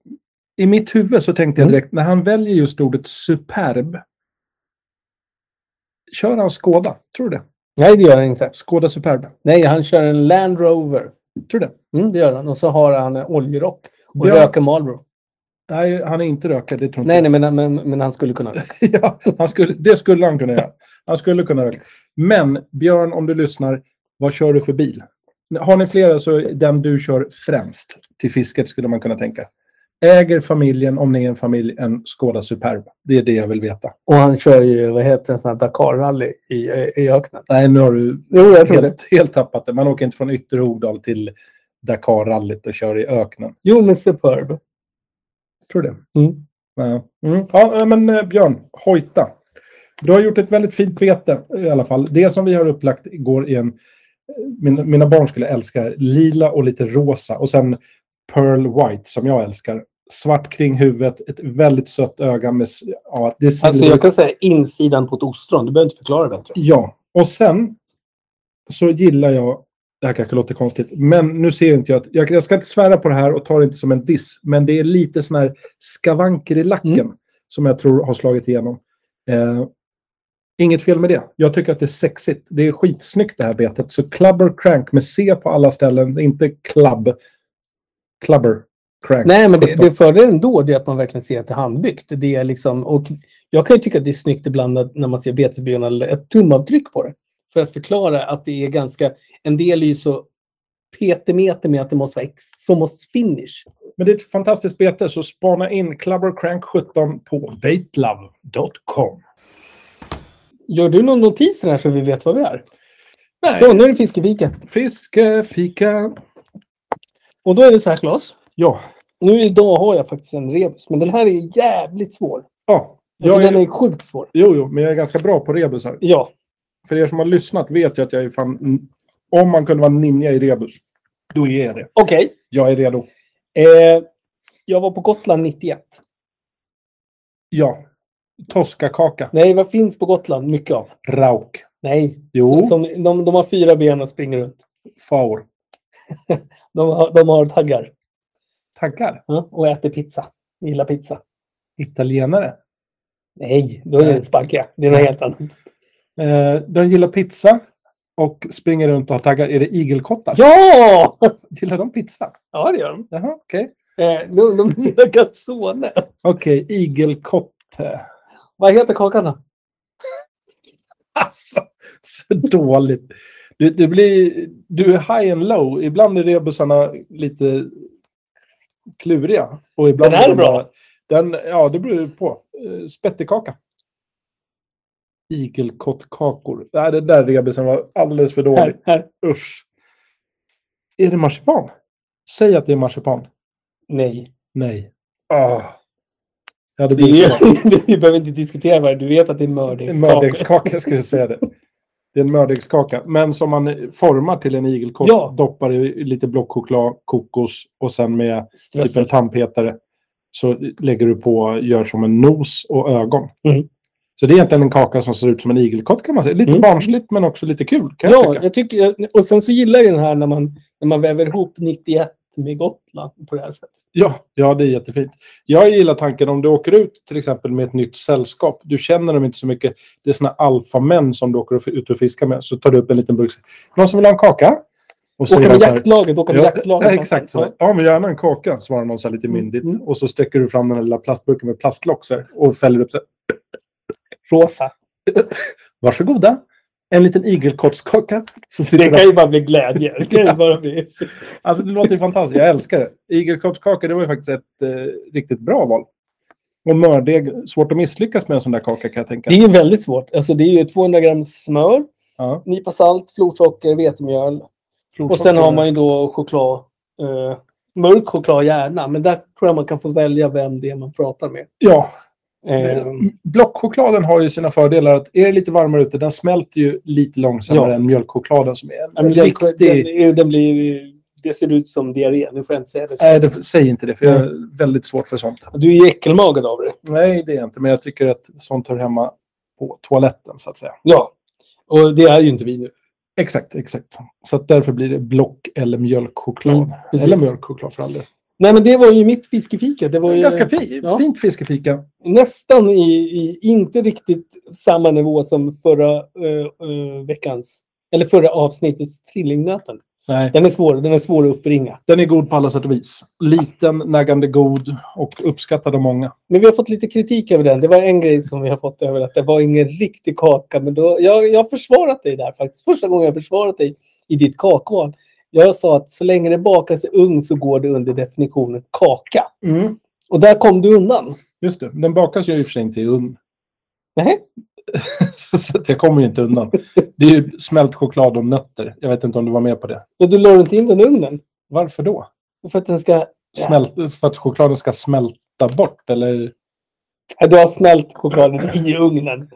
I mitt huvud så tänkte jag direkt, när han väljer just ordet superb, kör han Skoda? Tror du det? Nej, det gör han inte. Skoda superb? Nej, han kör en Land Rover. Tror du det? Mm, det gör han. Och så har han en oljerock. Och Ja. röker Marlboro. Nej, han är inte rökare. Det tror inte Nej, nej men, men, men han skulle kunna. jag. ja, han skulle, det skulle han kunna göra. Han skulle kunna röka. Men Björn, om du lyssnar, vad kör du för bil? Har ni flera så är den du kör främst till fisket skulle man kunna tänka. Äger familjen, om ni är en familj, en Skoda superb? Det är det jag vill veta. Och han kör ju, vad heter det, en sån här Dakar-rally i, i öknen. Nej, nu har du Jo, jag tror det. helt, helt tappat det. Man åker inte från Ytterhogdal till Dakar-rallyt och kör i öknen. Jo, men Superb. Tror du det? Mm. Nej. Mm. Ja, eh, men eh, Björn, hojta. Du har gjort ett väldigt fint bete i alla fall. Det som vi har upplagt går i en... Mina, mina barn skulle älska det här. lila och lite rosa. Och sen pearl white som jag älskar. Svart kring huvudet, ett väldigt sött öga med... s- Ja, det är Alltså, silver- jag kan säga insidan på ett ostron. Du behöver inte förklara bättre. Ja, och sen så gillar jag, det här kanske låter konstigt, men nu ser inte jag, att- jag, jag ska inte svära på det här och ta det inte som en diss, men det är lite sån här skavanker i lacken som jag tror har slagit igenom. Eh, inget fel med det. Jag tycker att det är sexigt. Det är skitsnyggt det här betet. Så clubber crank med C på alla ställen, inte club. Clubber crank. Nej, men det, 17. det fördelen då det är att man verkligen ser att det är handbyggt. Det är liksom, och jag kan ju tycka att det är snyggt ibland att, när man ser betesbyarna eller ett tumavtryck på det. För att förklara att det är ganska... En del är ju så petimeter med att det måste vara ex, så måste finish. Men det är ett fantastiskt bete, så spana in clubber crank 17 på baitlove.com. Gör du någon notis här så vi vet vad vi är? Nej. Ja, nu är det Fiskeviken. Fiske, fika. Och då är det så här, Claes. Ja. Nu idag har jag faktiskt en rebus, men den här är jävligt svår. ja. Alltså, Jag den är är, sjukt svår. jo, jo, men jag är ganska bra på rebusar. Ja. För er som har lyssnat vet jag att jag är fan... Om man kunde vara ninja i rebus, då är jag det. Okej. Jag är redo. Eh, jag var på Gotland 91. Ja. Toskakaka. Nej, vad finns på Gotland mycket av? Rauk. Nej. Jo. Så, som, de, de har fyra ben och springer runt. Faur. De har, de har taggar Taggar. ja, och äter pizza. Gillar pizza. Italienare. Nej, då är det en sparka. Det är något helt annat. Eh, de gillar pizza och springer runt och har taggar. Är det igelkottar? Ja! Gillar de pizza? Ja, det gör de. Jaha, okej. Eh, de, de gillar calzone. Okej, igelkotte. Vad heter kakan då? Alltså, så dåligt. Du, du, blir, du är high and low. Ibland är rebusarna lite kluriga. Och ibland Den här är de bra. bara- Den, ja, det beror ju på. Eh, Spettekaka. Igelkottkakor. Nej, den där rebusen var alldeles för dålig. Här, här. Usch. Är det marsipan? Säg att det är marsipan. Nej. Nej. Ah. Ja, det Det blir så. är, vi behöver inte diskutera vad det är. Du vet att det är En mördingskaka. mördegskaka skulle jag säga det. Det är en mördegskaka, men som man formar till en igelkott. Ja. Doppar i lite blockchoklad, kokos och sen med typ en Strössel. tandpetare. Så lägger du på, gör som en nos och ögon. Mm. Så det är egentligen en kaka som ser ut som en igelkott kan man säga. Lite Mm. barnsligt men också lite kul kan jag Ja, tycka. jag tycker, och sen så gillar jag den här när man, när man väver ihop 91 med Gotland på det här sättet. Ja, ja, det är jättefint. Jag gillar tanken om du åker ut till exempel med ett nytt sällskap. Du känner dem inte så mycket. Det är såna alfamän som du åker och- ut och fiskar med. Så tar du upp en liten burk. och säger, Någon som vill ha en kaka? Och så Åka är de med så här- jaktlaget, åka med jaktlaget. Ja, exakt så. Ja, men gärna en kaka, svarar någon så här lite myndigt. Mm. Och så sträcker du fram den här lilla plastburken med plastlock så här, och fäller upp så här. Rosa. Varsågoda! En liten igelkottskaka. Så sitter Det kan det, ju bara bli glädje. Det kan ju bara bli... alltså, det låter ju fantastiskt. Jag älskar det. Igelkottskaka, det var ju faktiskt ett eh, riktigt bra val. Och mördeg, svårt att misslyckas med en sån där kaka kan jag tänka. Det är ju väldigt svårt. Alltså, det är ju 200 gram smör, Ja. nypa salt, florsocker, vetemjöl. Och sen har man ju då choklad. Eh, mörk choklad gärna, men där tror jag man kan få välja vem det är man pratar med. Ja, Eh, blockchokladen har ju sina fördelar. Att är det lite varmare ute, den smälter ju lite långsammare Ja. än mjölkchokladen som är en ja, men den, riktig... den, den blir, det ser ut som diarré, nu får jag inte säga det. Så. Nej, det, säg inte det, för jag Mm. är väldigt svårt för sånt. Du är ju äckelmagad av det. Nej, det är jag inte, men jag tycker att sånt hör hemma på toaletten, så att säga. Ja, och det är ju inte vi nu. Exakt, exakt. Så att därför blir det block eller mjölkchoklad. Mm, precis. eller mjölkchoklad för all del. Nej, men det var ju mitt fiskefika. Det var ju Ganska fi- eh, ja. fint fiskefika. nästan i, i, inte riktigt samma nivå som förra eh, eh, veckans, eller förra avsnittets trillingnöten. Nej. Den är svår, den är svår att uppringa. Den är god på alla sätt och vis. Liten, naggande god och uppskattad av många. Men vi har fått lite kritik över den. Det var en grej som vi har fått över att det var ingen riktig kaka. Men då, jag, jag har försvarat dig där faktiskt. Första gången jag har försvarat dig i ditt kakval. Jag sa att så länge det bakas i ugn så går det under definitionen kaka. Och där kom du undan. Just det. Den bakas ju i och för sig inte i ugn. Nej. så att jag kommer ju inte undan. Det är ju smält choklad och nötter. Jag vet inte om du var med på det. Och du la inte in den i ugnen. Varför då? För att den ska... Smält, för att chokladen ska smälta bort, eller? Du har smält chokladen i ugnen.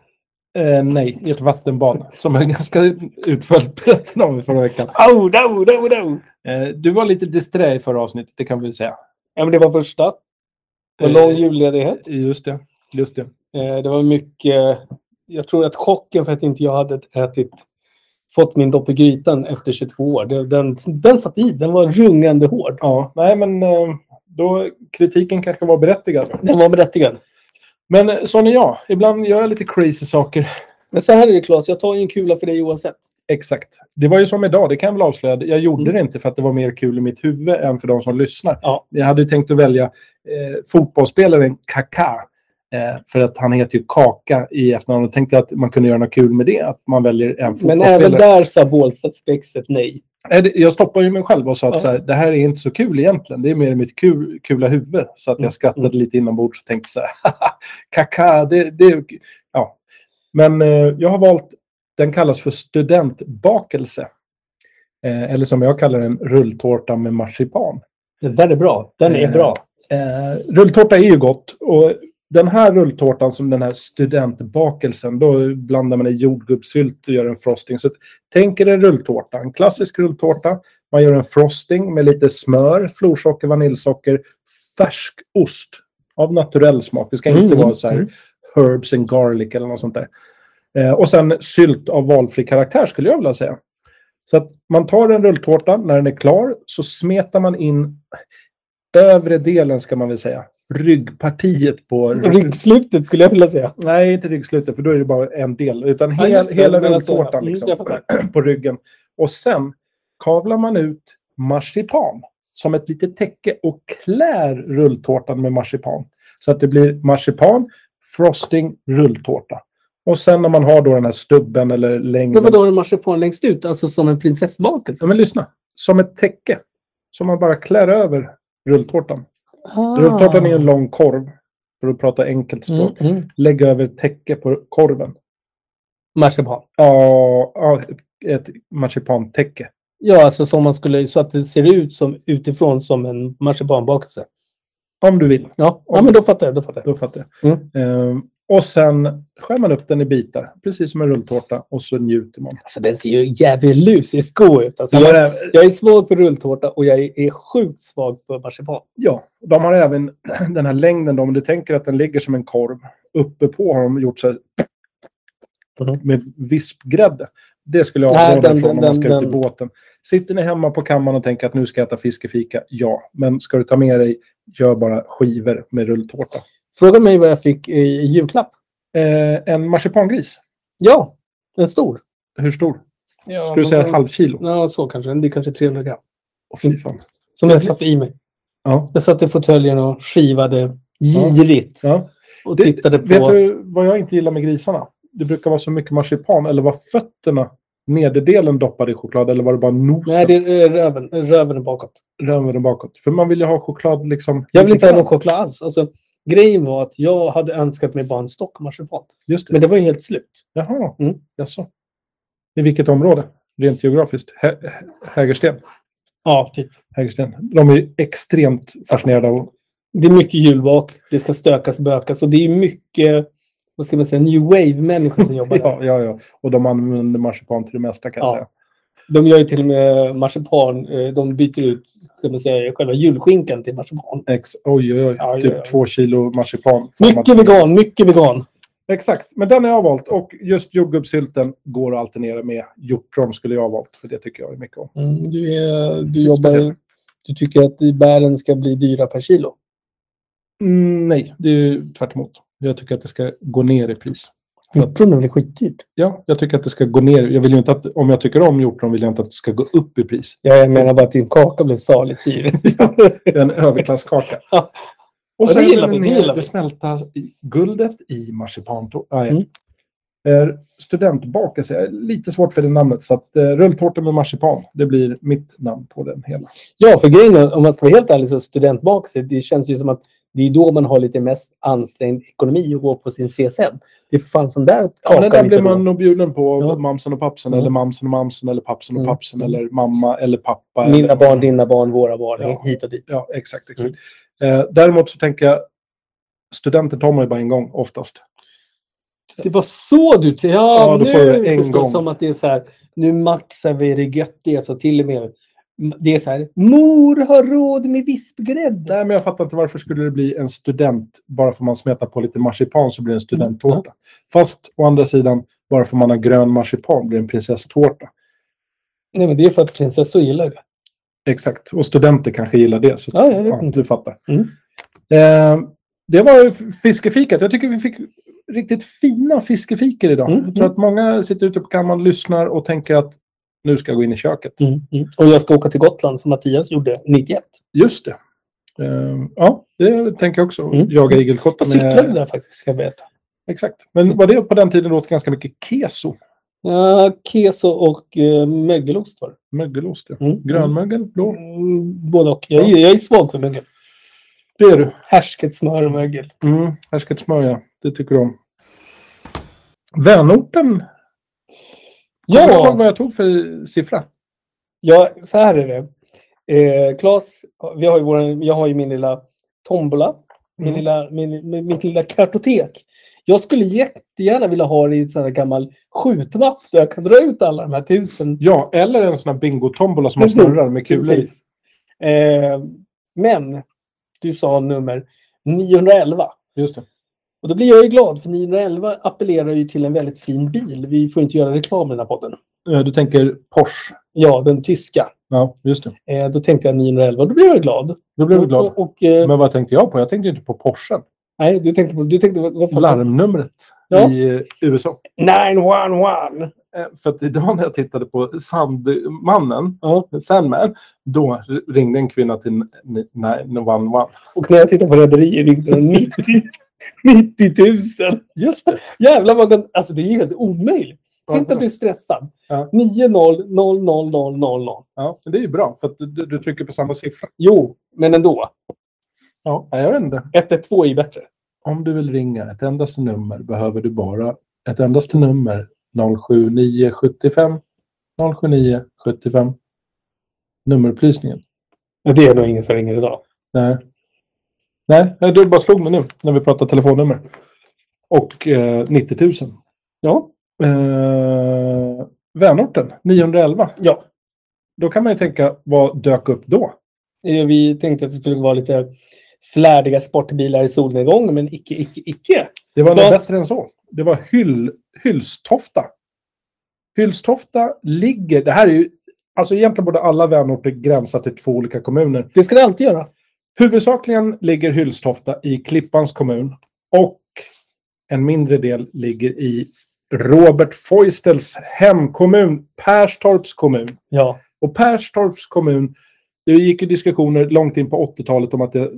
Eh, nej, i ett vattenbad som jag ganska utförligt berättade om i förra veckan. Au, dau, dau, dau. Eh, du var lite disträ i förra avsnittet, det kan vi väl säga. Ja, men det var första. Det var Eh, lång julledighet. Just det. Just det. Eh, Det var mycket... Jag tror att chocken för att inte jag hade ätit, fått min dopp i grytan efter 22 år, det- den, den satt i. Den var rungande hård. Ja, nej men eh, då kritiken kanske var berättigad. Den var berättigad. Men eh, sån är jag. Ibland gör jag lite crazy saker. Men så här är det Claes, jag tar ju en kula för dig oavsett. Exakt. Det var ju som idag, det kan jag väl avslöja. Jag gjorde Mm. det inte för att det var mer kul i mitt huvud än för de som lyssnar. Ja. Jag hade ju tänkt att välja eh, fotbollsspelaren Kaká. Eh, för att han heter ju Kaka i efternamn. Och tänkte jag att man kunde göra något kul med det. Att man väljer en Men fotbollsspelare. även där sa bålspexet nej. Nej, det- Jag stoppade ju mig själv och sa att Ja. så här, det här är inte så kul egentligen. Det är mer mitt kul, kula huvud. Så att Mm. jag skrattade lite inombords och tänkte så här, kaka, det, det är... Ja. Men eh, jag har valt, den kallas för studentbakelse. Eh, eller som jag kallar den, rulltårta med marsipan. Den där är bra. Den är Eh, bra. Eh, rulltårta är ju gott. Och den här rulltårtan som den här studentbakelsen, då blandar man i jordgubbssylt och gör en frosting. Så att, tänk er en rulltårta, en klassisk rulltårta. Man gör en frosting med lite smör, florsocker, vaniljsocker, färsk ost av naturell smak. Det ska inte Mm, vara så här herbs and garlic eller något sånt där. Eh, och sen sylt av valfri karaktär skulle jag vilja säga. Så att man tar en rulltårta, när den är klar så smetar man in övre delen ska man väl säga. Ryggpartiet på... Ryggslutet skulle jag vilja säga. Nej, inte ryggslutet för då är det bara en del. Utan Ja, hel, just det, hela du menar så, ja. rulltårtan Mm, liksom, jag fattar. på ryggen. Och sen kavlar man ut marsipan som ett litet täcke och klär rulltårtan med marsipan. Så att det blir marsipan, frosting, rulltårta. Och sen när man har då den här stubben eller Men längden. vadå, har du marsipan längst ut? Alltså som en Ja, prinsessbakelse? men lyssna. Som ett täcke. Som man bara klär över rulltårtan. Ah. Rulltårtan är en lång korv. För att prata enkelt språk. Mm, mm. Lägg över täcke på korven. Marsipan. Ja, ja, ett marsipantäcke. Ja, alltså som man skulle, så att det ser ut som utifrån som en marsipanbakelse. Om du vill. Ja, ja Om- men då fattar jag. Då fattar jag. Då fattar jag. Mm. Ehm, och sen skär man upp den i bitar. Precis som en rulltårta. Och så njuter man. Alltså den ser ju djävulusiskt god ut. Alltså, De har, jag, ä- jag är svag för rulltårta och jag är, är sjukt svag för marsipan. ja, de har även den här längden. Då, om du tänker att den ligger som en korv. Uppe på har de gjort så här Mhm. med vispgrädde. Det skulle jag Nej, avråda den- ifrån om den- man ska den- ut i båten. Sitter ni hemma på kammaren och tänker att nu ska jag äta fiskefika? Ja, men ska du ta med dig, gör bara skivor med rulltårta. Fråga mig vad jag fick i i julklapp. Eh, en marsipangris. Ja, en stor. Hur stor? Ja, Skulle du säga halv kilo? Ja, så kanske. Det är kanske 300 gram. Åh, Mm. fy fan. Som jag satte i mig. Ja. Jag satt i fåtöljen och skivade girigt. Ja. Och Det- tittade på... Vet du vad jag inte gillar med grisarna? Det brukar vara så mycket marsipan, eller var fötterna, nederdelen doppade i choklad, eller var det bara nosen? Nej, det är röven, röven är bakåt. Röven bakåt. För man vill ju ha choklad liksom... Jag vill inte ha någon choklad alls. Alltså, grejen var att jag hade önskat mig bara en stock marsipan. Just det. Men det var ju helt slut. Jaha, Mm. jaså. I vilket område? Rent geografiskt? Hä Hä- Hägersten. Ja, typ. Hägersten. De är ju extremt fascinerade av... Det är mycket julbak. Det ska stökas, bökas. Och det är mycket vad ska man säga, new wave-människor som jobbar där. Ja, ja, ja. Och de använder marsipan till det mesta kan jag Ja. säga. De gör ju till och med marsipan. eh, De byter ut ska man säga, själva julskinkan till marsipan. Ex oj, oj, oj. Ja, typ ja, ja. två kilo marsipan. Mycket vegan, mycket vegan. Exakt, men den har jag valt. Och just jordgubbssylten går att alternera med hjortron skulle jag ha valt. För det tycker jag är mycket om. Mm, du, är, du, speciellt. jobbar, du tycker att bären ska bli dyra per kilo. Mm, nej, det är ju tvärt emot. Jag tycker att det ska gå ner i pris. Hjortronen blir skitdyrt. Ja, jag tycker att det ska gå ner. Jag vill ju inte att, om jag tycker om hjortron vill jag inte att det ska gå upp i pris. Ja, jag menar bara att din kaka blev saligt dyr. En överklasskaka. Ja. Och Ja, så det är gillar den vi, det ner- gillar vi. det smälta i- guldet i marsipantårta. Nej. Mm. Eh, Studentbakelse, jag är lite svårt för det namnet. Så att, eh, rulltårta med marsipan, det blir mitt namn på den hela. ja, för grejen är, om man ska vara helt ärlig så studentbakelse, det känns ju som att det är då man har lite mest ansträngd ekonomi och går på sin CSN. Det är för fan sån där Ja, kaka. men det där vi blir inte man nog bjuden på av Ja. mamsen och pappsen, Mm. eller mamsen och mamsen, eller pappsen och Mm. pappsen, eller mamma eller pappa. råd. Mina eller... barn, dina barn, våra barn. Ja. Hit och dit. Ja, exakt. exakt. Mm. Eh, däremot så tänker jag, studenten tar man ju bara en gång oftast. Det var så du... Ja, Ja, då nu får jag en förstår jag gång. som att det är så här, nu maxar vi det göttiga så till och med det är så här, mor har råd med vispgrädde. Nej, men jag fattar inte varför skulle det bli en student, bara för man smetar på lite marsipan så blir det en studenttårta. Mm. Fast å andra sidan, bara för man har grön marsipan blir det en prinsesstårta. Nej, men det är för att prinsessor gillar det. Exakt, och studenter kanske gillar det. Så Ja, jag vet inte. du fattar. Mm. Eh, det var ju fiskefikat. Jag tycker vi fick riktigt fina fiskefikor idag. Mm, Jag tror mm. att många sitter ute på kammaren, lyssnar och tänker att nu ska jag gå in i köket. Mm, Och jag ska åka till Gotland som Mattias gjorde 91. Just det. Eh, ja, det tänker jag också. Mm. Jaga igelkotten. Jag cyklade är- där faktiskt, ska jag berätta. Exakt. Men var det på den tiden åt ganska mycket keso? Ja, keso och eh, mögelost var det. Mögelost, ja. Mm. Grönmögel, blå. Mm, både och. Jag, är- jag är svag för mögel. Det är du. Härsket smör och mögel. Mm. Härsket smörja. Det tycker du om. Vänorten. Kommer du ihåg Ja, vad jag tog för siffra? ja så här är det. Eh, Claes, vi har ju våran, jag har ju min lilla tombola. Min Mm. lilla, min, min, mitt lilla kartotek. Jag skulle jättegärna vilja ha det i en sån här gammal skjutmapp där jag kan dra ut alla de här tusen Ja, eller en sån här bingotombola som man Precis, snurrar med kulor i. Precis. Eh, men du sa nummer 911. Just det. Och då blir jag ju glad, för 911 appellerar ju till en väldigt fin bil. Vi får inte göra reklam i den här podden. Eh, Du tänker Porsche. Ja, den tyska. Ja, just det. Eh, då tänkte jag 911, då blir jag glad. Då blev du glad. Och, och, eh, Men vad tänkte jag på? Jag tänkte ju inte på Porschen. nej, du tänkte på... Du tänkte, vad, vad fan- Larmnumret Ja. i eh, USA. 911! Eh, För att idag när jag tittade på Sandmannen, Ja. Sandman, då r- ringde en kvinna till n- n- nej, 911. Och när jag tittar på Rederier ringde de 90, 90 000. Just det. Jävlar vad... gott- Alltså det är ju helt omöjligt. Tänk dig att du är stressad. Ja. 9-0, 0 0 0 0 Ja, men det är ju bra, för att du, du trycker på samma siffra. Jo, men ändå. Ja, jag vet inte. 112 är bättre. Om du vill ringa ett endaste nummer behöver du bara ett endaste nummer 07975 07975 nummerupplysningen. Ja, det är nog ingen som ringer idag. Nej. Nej, du bara slog mig nu när vi pratar telefonnummer. Och eh, 90 000. Ja. Eh, Vänorten, 911. ja. Då kan man ju tänka, vad dök upp då? Eh, Vi tänkte att det skulle vara lite flärdiga sportbilar i solnedgång, men icke, icke, icke. Det var något Vad- bättre än så. Det var hyll, Hylstofta. Hylstofta ligger... Det här är ju... Alltså egentligen borde alla vänorter gränsa till två olika kommuner. Det ska det alltid göra. Huvudsakligen ligger Hylstofta i Klippans kommun och en mindre del ligger i Robert Feustels hemkommun, Perstorps kommun. Ja. Och Perstorps kommun, det gick ju diskussioner långt in på 80-talet om att det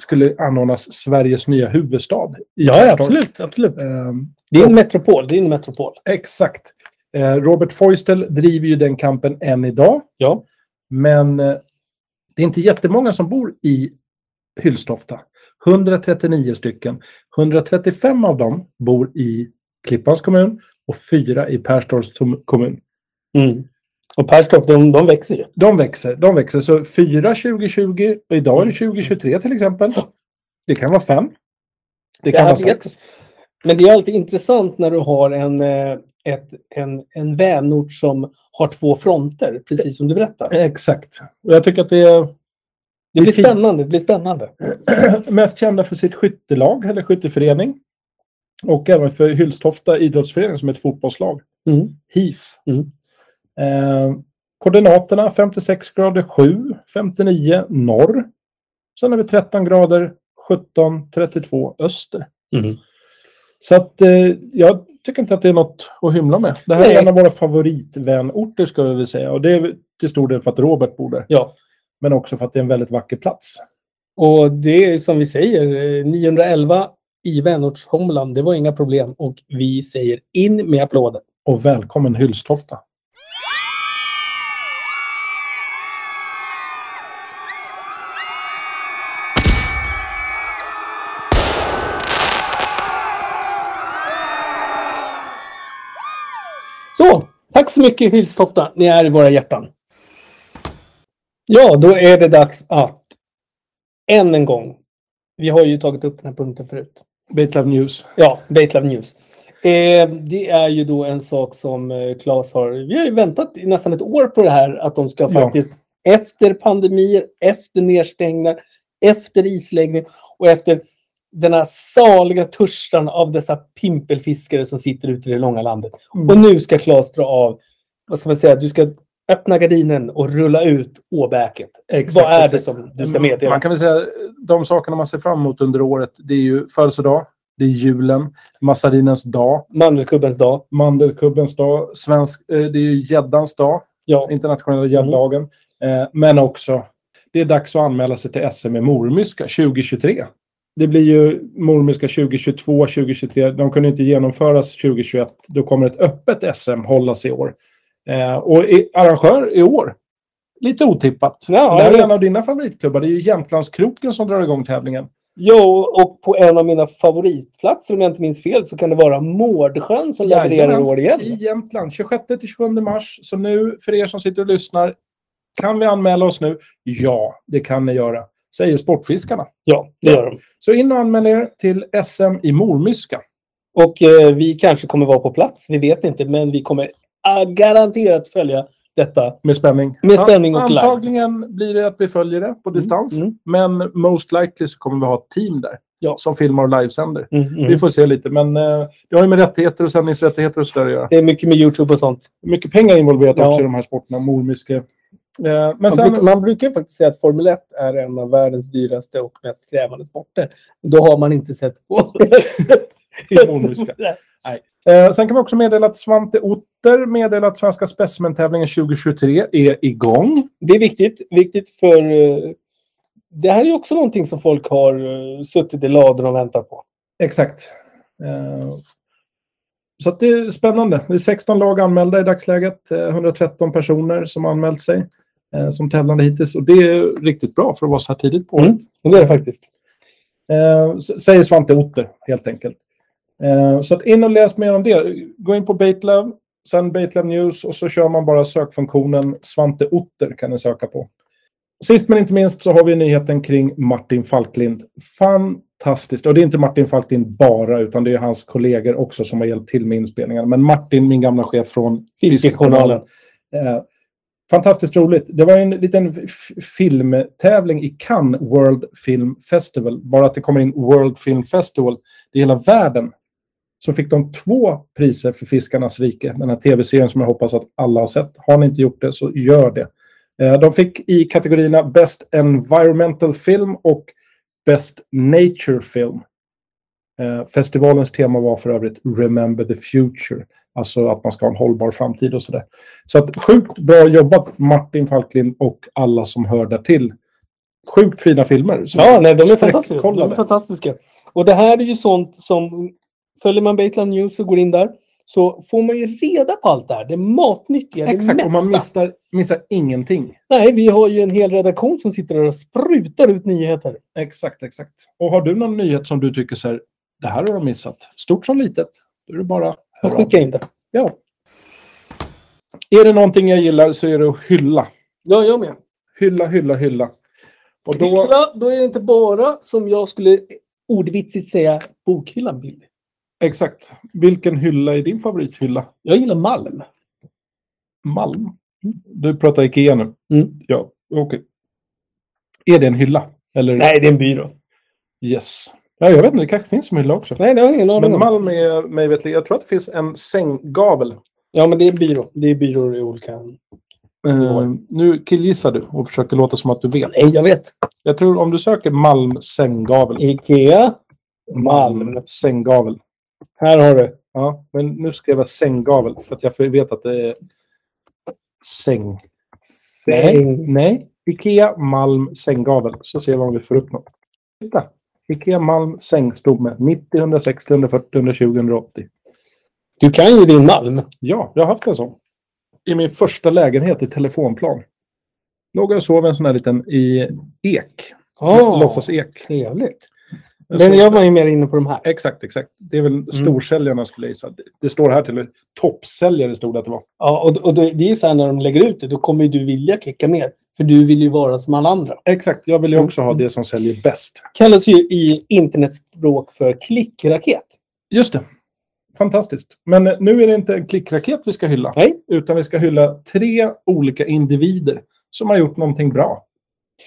skulle anordnas Sveriges nya huvudstad. Ja, i ja, Perstorp. absolut. absolut. Ehm, Det är en metropol. Det är en metropol. exakt. Eh, Robert Feustel driver ju den kampen än idag. Ja. Men eh, det är inte jättemånga som bor i Hylstofta. 139 stycken. 135 av dem bor i Klippans kommun och fyra i Perstorps tom- kommun. Mm. Och Perstorp, de, de växer ju. De växer, de växer. Så fyra 2020, och idag är det 2023 till exempel. Det kan vara fem. Det kan Jag vara vet. sex. Men det är alltid intressant när du har en, eh, ett, en, en vänort som har två fronter, precis som du berättar. Exakt. Och jag tycker att det är Det blir fint. spännande. Det blir spännande. mest kända för sitt skyttelag eller skytteförening. Och även för Hylstofta idrottsförening som är ett fotbollslag. Mm. HIF. Mm. Eh, koordinaterna 56 grader 7, 59 norr. Sen har vi 13 grader 17, 32 öster. Mm. Så att eh, jag tycker inte att det är något att hymla med. Det här Nej. är en av våra favoritvänorter ska vi väl säga. Och det är till stor del för att Robert bor där. Ja. Men också för att det är en väldigt vacker plats. Och det är som vi säger, eh, 911 i vänortshomlan, det var inga problem. Och vi säger in med applåder. Och välkommen Hylstofta. Så, tack så mycket Hylstofta. Ni är i våra hjärtan. Ja, då är det dags att än en gång. Vi har ju tagit upp den här punkten förut. Baitlove News. Ja, Baitlove News. Eh, det är ju då en sak som eh, Claes har... Vi har ju väntat i nästan ett år på det här. Att de ska Ja. faktiskt efter pandemier, efter nedstängningar, efter isläggning och efter denna saliga törstan av dessa pimpelfiskare som sitter ute i det långa landet. Mm. Och nu ska Claes dra av... Vad ska man säga? Du ska öppna gardinen och rulla ut åbäket. Exakt, Vad är det exakt. som du ska meddela? Man kan väl säga de sakerna man ser fram emot under året. Det är ju födelsedag, det är julen, massarinens dag, Mandelkubbens dag. mandelkubbens dag, svensk, eh, det är ju gäddans dag, Ja. internationella gädddagen. Eh, men också, det är dags att anmäla sig till SM i mormyska 2023. Det blir ju mormyska 2022, 2023. De kunde inte genomföras 2021. Då kommer ett öppet SM hållas i år. Eh, och i, arrangör i år, lite otippat. Ja, det här jag är vet. en av dina favoritklubbar. Det är ju Jämtlandskroken som drar igång tävlingen. Jo, och på en av mina favoritplatser, om jag inte minns fel, så kan det vara Mårdsjön som levererar i Jajamän. Mm. år I igen. Jämtland, 26-27 mars. Så nu, för er som sitter och lyssnar, kan vi anmäla oss nu? Ja, det kan ni göra, säger Sportfiskarna. Ja, det gör de. Så in och anmäl er till SM i Mormyska. Och eh, vi kanske kommer vara på plats, vi vet inte, men vi kommer ah, garanterat följa detta. Mm. Med spänning. Med spänning och Ja, live. Antagligen blir det att vi följer det på distans. Mm, Men most likely så kommer vi ha ett team där Ja. som filmar och livesänder. mm, mm, Vi mm. får se lite, men eh, det har ju med rättigheter och sändningsrättigheter och sådär att göra. Det är mycket med YouTube och sånt. Mycket pengar involverat Ja. också i de här sporterna, mormyske. Eh, men Man, sen, brukar, man brukar ju faktiskt säga att Formel 1 är en av världens dyraste och mest krävande sporter. Och Då har man inte sett på... I mormyska. Eh, sen kan vi också meddela att Svante Otter meddelar att Svenska Specimentävlingen 2023 är igång. Det är viktigt. Viktigt för... eh, Det här är ju också någonting som folk har eh, suttit i ladorna och väntat på. Exakt. Eh, så att det är spännande. Det är 16 lag anmälda i dagsläget. Eh, 113 personer som har anmält sig eh, som tävlande hittills. Och det är riktigt bra för att vara så här tidigt på året. Och det är det faktiskt. Eh, s- säger Svante Otter, helt enkelt. Eh, så att in och läs mer om det. Gå in på Baitlab, sen Baitlab News och så kör man bara sökfunktionen Svante Otter kan ni söka på. Sist men inte minst så har vi nyheten kring Martin Falklind. Fantastiskt. Och det är inte Martin Falklind bara, utan det är hans kollegor också som har hjälpt till med inspelningarna. Men Martin, min gamla chef från Fiskejournalen. Eh, fantastiskt roligt. Det var en liten f- filmtävling i Cannes World Film Festival. Bara att det kommer in World Film Festival. Det är hela världen så fick de två priser för Fiskarnas rike. Den här tv-serien som jag hoppas att alla har sett. Har ni inte gjort det så gör det. Eh, De fick i kategorierna Best Environmental Film och Best Nature Film. Eh, Festivalens tema var för övrigt Remember the Future. Alltså att man ska ha en hållbar framtid och sådär. Så att sjukt bra jobbat Martin Falklin och alla som hör därtill. Sjukt fina filmer. Så Ja, nej, de är sträckkollade. Mm. fantastiska. De är fantastiska. Och det här är ju sånt som... Följer man Baitland News och går in där så får man ju reda på allt det här. Det matnyttiga, det Exakt, mesta. och man missar, missar ingenting. Nej, vi har ju en hel redaktion som sitter där och sprutar ut nyheter. Exakt, exakt. Och har du någon nyhet som du tycker så här, det här har de missat, stort som litet, då är det bara Och hör av. skicka in det. Ja. Är det någonting jag gillar så är det att hylla. Ja, jag med. Hylla, hylla, hylla. Och då, Hylla, då är det inte bara, som jag skulle ordvitsigt säga, bokhyllan Billy. exakt. Vilken hylla är din favorithylla? Jag gillar Malm. Malm. Du pratar Ikea nu. Mm. Ja, okej. Är det en hylla? Eller? Nej, det är en byrå. Yes. Ja, jag vet inte, det kanske finns en hylla också. Nej, det har jag ingen aning Men om. Malm är mig vetligen, jag tror att det finns en sänggavel Ja, men det är en byrå. Det är byråer i olika... Eh, nu killgissar du och försöker låta som att du vet. Nej, jag vet. Jag tror om du söker Malm sänggavel. Ikea. Malm. sänggavel. Här har du. Ja, men nu skrev jag sänggavel för att jag vet att det är säng. Nej, nej. Ikea Malm sänggavel. Så ser vi om vi får upp något. Titta. Ikea Malm säng stod med 90, 160, 140, 120, 180. Du kan ju din Malm. Ja, jag har haft en sån. I min första lägenhet i telefonplan. Låg jag och sov i en sån här liten i ek. Oh, Låtsas-ek. Trevligt. En Men sån- jag Mm. var ju mer inne på de här. Exakt, exakt. Det är väl storsäljarna skulle jag gissa. Det- Det står här till och med toppsäljare stod det att det var. Ja, och, och det det är ju så här när de lägger ut det, då kommer ju du vilja klicka mer. För du vill ju vara som alla andra. Exakt, jag vill ju Mm. också ha det som säljer bäst. Kallas ju i internetspråk för klickraket. Just det. Fantastiskt. Men eh, nu är det inte en klickraket vi ska hylla. Nej. Utan vi ska hylla tre olika individer som har gjort någonting bra.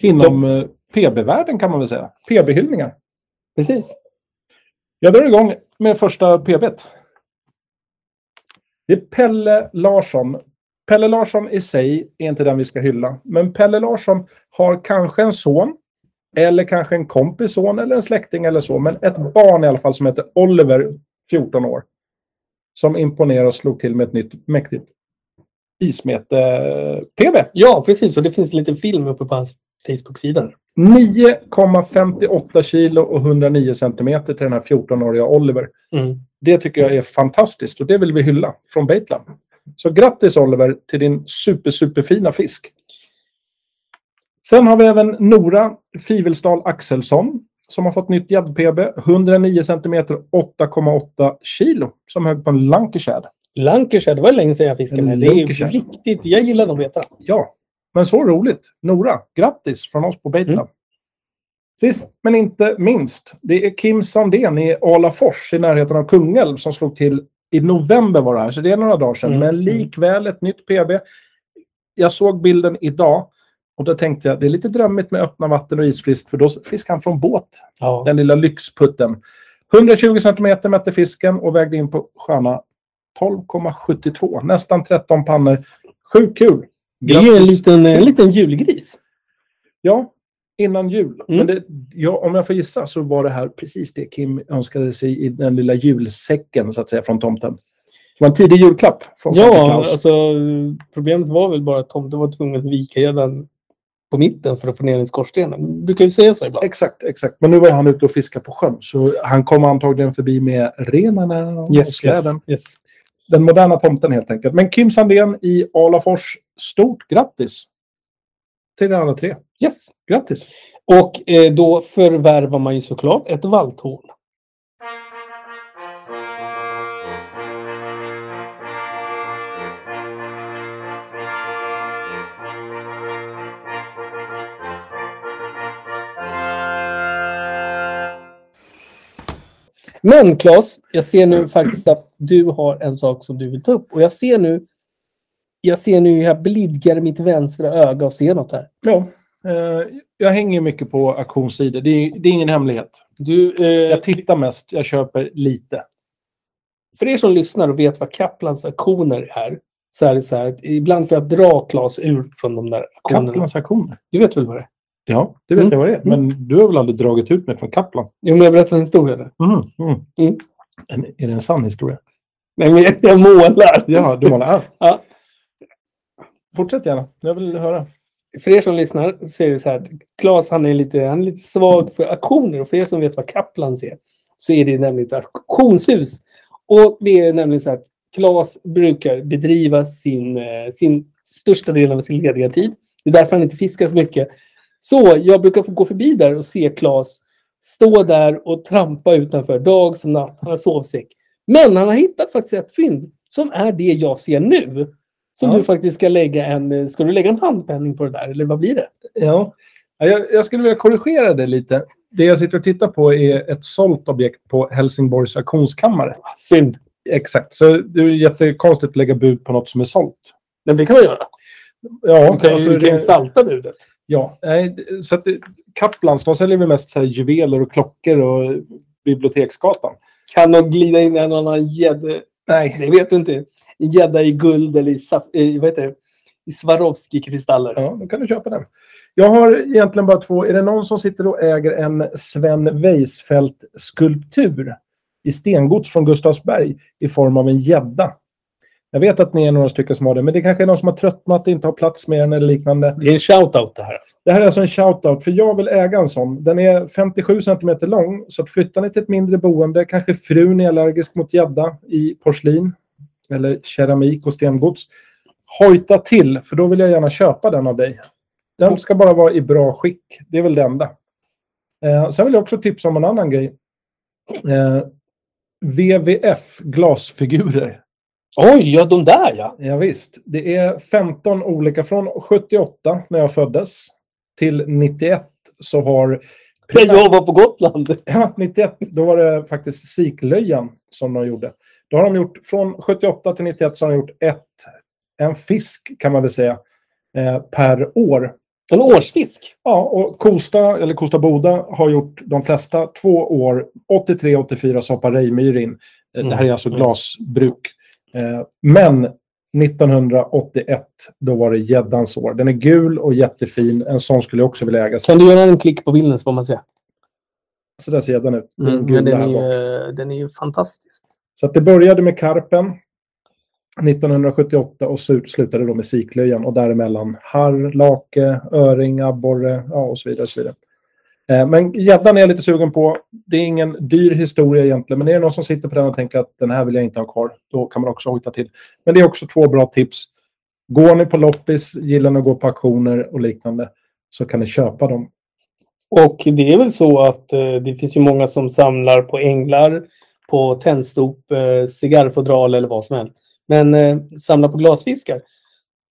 Inom eh, PB-världen kan man väl säga. PB-hyllningar. Precis. Jag drar igång med första PB. -et. Det är Pelle Larsson. Pelle Larsson i sig är inte den vi ska hylla. Men Pelle Larsson har kanske en son. Eller kanske en kompis son eller en släkting eller så. Men ett barn i alla fall som heter Oliver, 14 år. Som imponerar och slog till med ett nytt mäktigt ismete-PB. Ja, precis. Och det finns en liten film uppe på hans Facebook-sida. 9,58 kilo och 109 centimeter till den här 14-åriga Oliver. Mm. Det tycker jag är fantastiskt och det vill vi hylla från Baitland. Så grattis Oliver till din super, superfina fisk. Sen har vi även Nora Fivelstad Axelsson som har fått nytt gädd-PB. 109 cm 8,8 kilo som högg på en Lancashire. Lancashire, det var länge sedan jag fiskade med. Det är ju Lancashire. riktigt... Jag gillar de vetarna. Ja, men så roligt. Nora, grattis från oss på Baitland. Sist men inte minst, det är Kim Sandén i Alafors i närheten av Kungälv som slog till i november var det här, så det är några dagar sedan. Mm. Men likväl ett nytt PB. Jag såg bilden idag och då tänkte jag det är lite drömmigt med öppna vatten och isfrisk för då fiskar han från båt, Ja. den lilla lyxputten. 120 centimeter mätte fisken och vägde in på sköna 12,72, nästan 13 pannor. Sjukt kul! Det är ju en Grattis. liten, en liten julgris. Ja, innan jul. Mm. Men det, ja, om jag får gissa så var det här precis det Kim önskade sig i den lilla julsäcken så att säga från tomten. Det var en tidig julklapp från Santa Ja, Claus. alltså problemet var väl bara att tomten var tvungen att vika den på mitten för att få ner den i skorstenen. Man brukar ju säga så ibland. Exakt, exakt. Men nu var han ute och fiskade på sjön så han kom antagligen förbi med renarna och släden. yes. Den moderna tomten helt enkelt. Men Kim Sandén i Alafors, stort grattis! Till alla tre. yes. Grattis! Och eh, då förvärvar man ju såklart ett valthorn. Men Claes, jag ser nu faktiskt att du har en sak som du vill ta upp. Och jag ser nu, jag ser nu hur jag blidgar mitt vänstra öga och ser något här. Ja, eh, jag hänger mycket på auktionssidor. Det är, det är ingen hemlighet. Du, eh, Jag tittar mest, jag köper lite. För er som lyssnar och vet vad Kaplans aktioner är, så är det så här att ibland får jag dra Claes ur från de där aktionerna. Kaplans aktioner. Du vet väl vad det är? Ja, det vet Mm. jag vad det är. Men du har väl aldrig dragit ut mig från Kaplan? Jo, men jag berättar en historia där. Mm. Mm. En, är det en sann historia? Nej, men jag, jag målar. Ja, du målar. Ja. Ja. Fortsätt gärna. Jag vill höra. För er som lyssnar så är det så här att Claes han är lite, han är lite svag för auktioner. Och för er som vet vad Kaplans är så är det nämligen ett auktionshus. Och det är nämligen så att Claes brukar bedriva sin, eh, sin största del av sin lediga tid. Det är därför han inte fiskar så mycket. Så jag brukar få gå förbi där och se Claes stå där och trampa utanför dag som natt. Han har sovsäck. Men han har hittat faktiskt ett fynd som är det jag ser nu. Som Ja. du faktiskt ska lägga en... Ska du lägga en handpenning på det där? Eller vad blir det? Ja. Ja, Jag, jag skulle vilja korrigera det lite. Det jag sitter och tittar på är ett sålt objekt på Helsingborgs auktionskammare. Ah, Synd. Exakt. Så det är ju jättekonstigt att lägga bud på något som är sålt. Men det kan man göra. Ja, Du kan, alltså ju- du kan ju det- salta budet. Ja, nej, d- så att det- Kaplans, de säljer väl mest så här juveler och klockor och Biblioteksgatan. Kan nog glida in en och annan gädda. Nej. Det vet du inte. En Gädda i guld eller i, saf- eh, vad heter det? i Swarovski-kristaller. Ja, då kan du köpa den. Jag har egentligen bara två. Är det någon som sitter och äger en Sven Weisfeldt-skulptur i stengods från Gustavsberg i form av en gädda? Jag vet att ni är några stycken som har det, men det kanske är någon som har tröttnat, inte har plats med den eller liknande. Det är en shout-out det här. alltså. Det här är alltså en shoutout, för jag vill äga en sån. Den är 57 cm lång, så att flyttar ni till ett mindre boende, kanske frun är allergisk mot gädda i porslin eller keramik och stengods, hojta till, för då vill jag gärna köpa den av dig. Den ska bara vara i bra skick, det är väl det enda. Eh, sen vill jag också tipsa om en annan grej. Eh, VVF, glasfigurer. Oj, ja de där ja. Ja, visst. Det är 15 olika. Från 78, när jag föddes, till 91 så har... När jag var på Gotland. Ja, 91, då var det faktiskt siklöjan som de gjorde. Då har de gjort, från 78 till 91 så har de gjort ett, en fisk kan man väl säga, eh, per år. En årsfisk. Ja, och Kosta, eller Kosta Boda, har gjort de flesta två år. 83-84 så hoppar Reijmyr in. Eh, Det här är alltså Mm. glasbruk. Eh, Men 1981, då var det gäddans år. Den är gul och jättefin. En sån skulle jag också vilja äga. Kan du göra en klick på bilden så får man se? Så där ser gäddan ut. Den Mm, gula men den, är här bak. ju, eh, den är ju fantastisk. Så att det började med karpen 1978 och slu- slutade då med siklöjan och däremellan harr, lake, öring, abborre ja, och så vidare. Och så vidare. Eh, Men gäddan är jag lite sugen på. Det är ingen dyr historia egentligen, men är det någon som sitter på den och tänker att den här vill jag inte ha kvar, då kan man också hojta till. Men det är också två bra tips. Går ni på loppis, gillar ni att gå på auktioner och liknande, så kan ni köpa dem. Och det är väl så att eh, det finns ju många som samlar på änglar, på tändstop, eh, cigarrfodral eller vad som helst. Men eh, samlar på glasfiskar.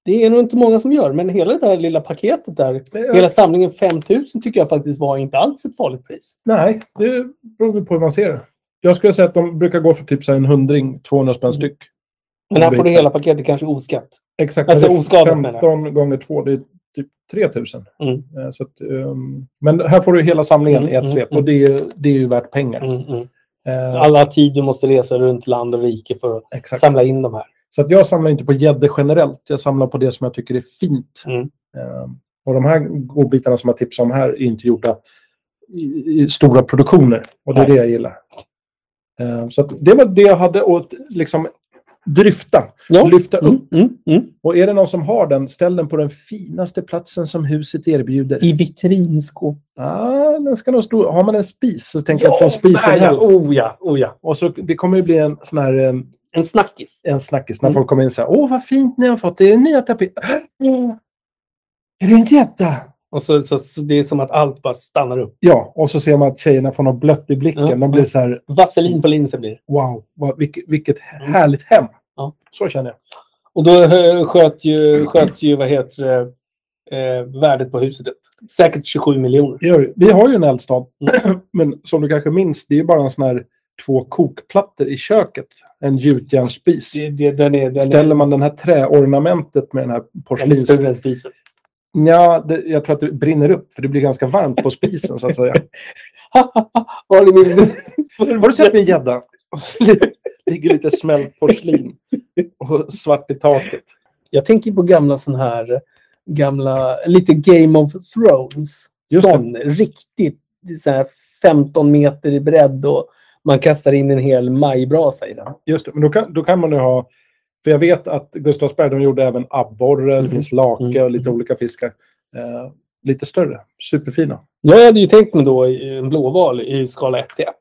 Det är nog inte många som gör, men hela det där lilla paketet där, Eh, hela samlingen 5000 tycker jag faktiskt var inte alls ett farligt pris. Nej, det beror väl på hur man ser det. Jag skulle säga att de brukar gå för typ så här en hundring, 200 spänn styck. Men här får du hela paketet kanske oskatt. Exakt. Alltså det är oskadat, 15 gånger 2, det är typ 3000. Mm. Eh, Så att, ehm, men här får du hela samlingen Mm, i ett mm, svep mm. och det är, ju- det är ju värt pengar. Mm, mm. Eh, Alla tid du måste resa runt land och rike för att exakt. samla in de här. Så att jag samlar inte på gäddor generellt, jag samlar på det som jag tycker är fint. Mm. Eh, och de här godbitarna som jag tipsar om här är inte gjorda i, i stora produktioner och det är Nej. det jag gillar. Eh, så att det var det jag hade att liksom dryfta, Ja. lyfta upp. Mm, mm, mm. Och är det någon som har den, ställ den på den finaste platsen som huset erbjuder. I vitrinskåp. Ah, den ska nog stå. Har man en spis så tänker jag att den spisen ja, här. oh ja, oh ja. Och så, det kommer ju bli en sån här eh, En snackis. en snackis när Mm. folk kommer in och säger Åh, vad fint ni har fått. Det är nya tapeter. Är det en gädda? Och så, så, så det är som att allt bara stannar upp. Ja, och så ser man att tjejerna får något blött i blicken. Ja, De blir så här Vaselin på linsen blir det. Wow, vad, vilket, vilket härligt hem. Mm. Ja. Så känner jag. Och då eh, sköt ju, sköt ju vad heter det, eh, värdet på huset upp. Säkert 27 miljoner. Det gör vi. Vi har ju en eldstad, men som du kanske minns, det är ju bara en sån här två kokplattor i köket. En gjutjärnsspis. Det, det, den är, den Ställer man det här träornamentet med den här är, den är porslins... större än spisen. Ja, det, jag tror att det brinner upp, för det blir ganska varmt på spisen. så att säga. Har du min... Har du sett min gädda? ligger lite smält porslin och svart i taket. Jag tänker på gamla sån här, gamla, lite Game of Thrones. Just det. sån, riktigt så här 15 meter i bredd och man kastar in en hel majbrasa i den. Just det, men då kan, då kan man ju ha... För jag vet att Gustavsberg, de gjorde även abborre, det Mm. finns lake Mm. och lite olika fiskar. Eh, lite större, superfina. Jag hade ju tänkt mig då i en blåval i skala 1 till 1.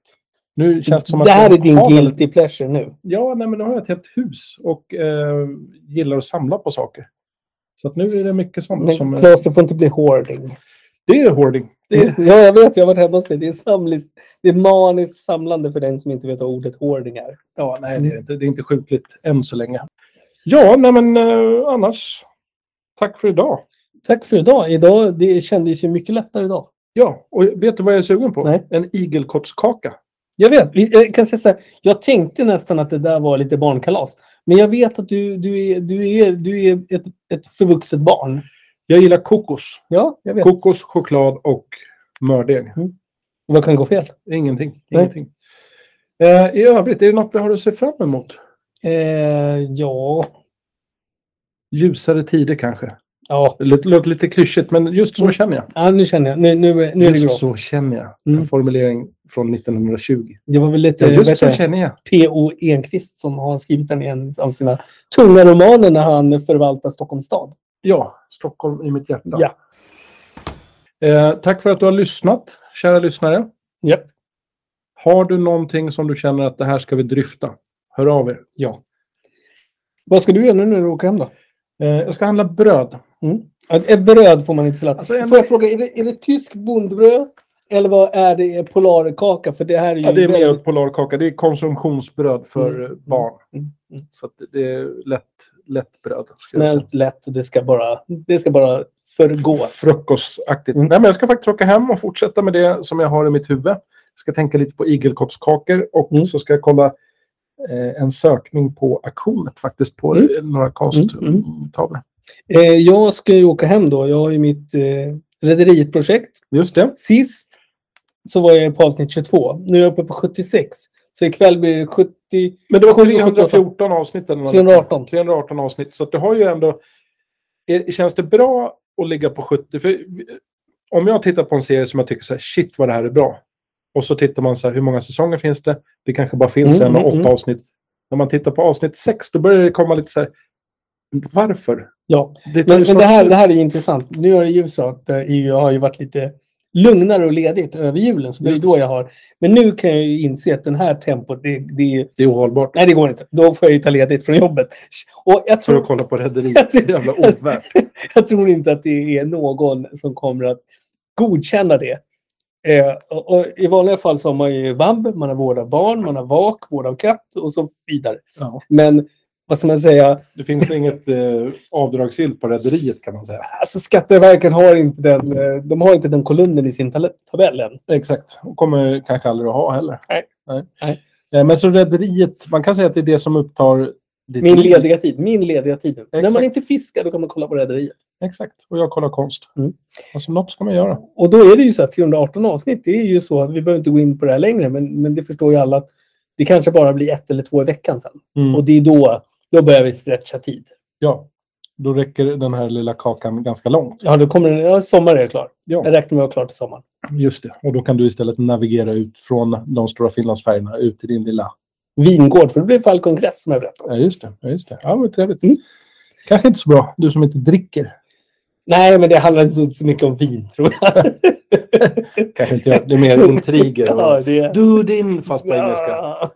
Nu känns det som att... det här de är din har- guilty pleasure nu. Ja, nej, men nu har jag ett helt hus och eh, gillar att samla på saker. Så att nu är det mycket sånt som... Men eh, Claes, det får inte bli hoarding. Det är hoarding. Det är, Ja, jag vet. Jag har varit hemma hos dig. Det är, samlis, det är maniskt samlande för den som inte vet vad ordet hoarding är. Ja, nej, Mm. det är, inte, det är inte sjukligt än så länge. Ja, nej men eh, annars. Tack för idag. Tack för idag. idag det kändes ju mycket lättare idag. Ja, och vet du vad jag är sugen på? Nej. En igelkottskaka. Jag vet. Vi- Jag, kan säga så här, jag tänkte nästan att det där var lite barnkalas. Men jag vet att du, du, är, du, är, du är ett, ett förvuxet barn. Jag gillar kokos. Ja, jag vet. Kokos, choklad och mördeg. Vad kan gå fel? Ingenting. Nej. ingenting. Eh, I övrigt, är det något vi har att se fram emot? Eh, ja. Ljusare tider kanske. Ja. Det låter låter lite klyschigt, men just så Mm. känner jag. ja, nu känner jag. Nu, nu, nu är det Just grått. så känner jag. Mm. En formulering från 1920. Det var väl lite Ja, just vet så jag, känner jag. P.O. Enquist som har skrivit den i en av sina tunga romaner när han förvaltar Stockholms stad. Ja, Stockholm i mitt hjärta. Ja. Eh, tack för att du har lyssnat, kära lyssnare. Japp. Har du någonting som du känner att det här ska vi dryfta? Hör av er. Vad ska du göra nu när du åker hem då? Eh, jag ska handla bröd. Ett ett bröd får man inte slakta. Alltså, en- Får jag fråga, är det, är det tysk bondbröd? Eller vad är det? Polarkaka? För det här är ju Ja, det är mer väldigt... polarkaka. Det är konsumtionsbröd för eh, barn. Mm, mm. Så att det är lätt, lätt bröd. ska jag säga. snällt, lätt och det ska bara, det ska bara förgås. Frukostaktigt. Mm. Nej, men jag ska faktiskt åka hem och fortsätta med det som jag har i mitt huvud. Jag ska tänka lite på igelkottskakor och Mm. så ska jag kolla eh, en sökning på auktionet faktiskt på Mm. eh, några konsttavlor. Mm, Eh, jag ska ju åka hem då. Jag har ju mitt eh, rederiprojekt. Just det. Sist så var jag på avsnitt 22. Nu är jag uppe på 76. Så ikväll blir det 70... Men det var 314 314 avsnitt. Eller något. 318. 318 avsnitt. Så att du har ju ändå... Är, känns det bra att ligga på 70? För vi- om jag tittar på en serie som jag tycker så här, shit vad det här är bra. Och så tittar man så här, hur många säsonger finns det? Det kanske bara finns Mm, en och mm, åtta mm. avsnitt. När man tittar på avsnitt sex, då börjar det komma lite så här, varför? Ja, Det tar men, ju men det, snart här, slut. det här är intressant. Nu har det ju så att eh, EU har ju varit lite lugnare och ledigt över julen. Så det är ju då jag har... Men nu kan jag ju inse att den här tempot, det, det är ju... det är ohållbart. Nej, det går inte. Då får jag ju ta ledigt från jobbet. Och jag För tror, att kolla på Rederiet, så jävla ovärt. jag tror inte att det är någon som kommer att godkänna det. Eh, och, och I vanliga fall så har man ju vab, man har vård av barn, man har vak, vård av katt och så vidare. Ja. Men vad ska man säga? Det finns inget eh, avdragsgillt på Rederiet kan man säga. Alltså Skatteverket har inte den, eh, de har inte den kolumnen i sin tal- tabell än. Exakt. Och kommer kanske aldrig att ha heller. Nej. Nej. Nej. Eh, Men så rederiet, man kan säga att det är det som upptar ditt Min liv. lediga tid. Min lediga tid. När man Exakt. inte fiskar då kan man kolla på Rederiet. Exakt. Och jag kollar konst. Mm. Alltså något ska man göra. Och då är det ju så att 318 avsnitt, det är ju så att vi behöver inte gå in på det här längre, men, men det förstår ju alla att det kanske bara blir ett eller två i veckan sen. Och Och, det är då, då börjar vi stretcha tid. Mm. ja. Då räcker den här lilla kakan ganska långt. Ja, då kommer den, ja, sommar är jag klar. Jag Ja, räknar med att vara klar till sommaren. just det. Och då kan du istället navigera ut från de stora Finlandsfärjorna ut till din lilla... Vingård, för det blir fall kongress som jag berättade. Ja, just det. Ja, just det. Ja, vad trevligt. Mm. Kanske inte så bra, du som inte dricker. Nej, men det handlar inte så mycket om vin, tror jag. Kanske inte gör. Det är mer intriger. ja, Och... det... Do din, fast på engelska. Ja.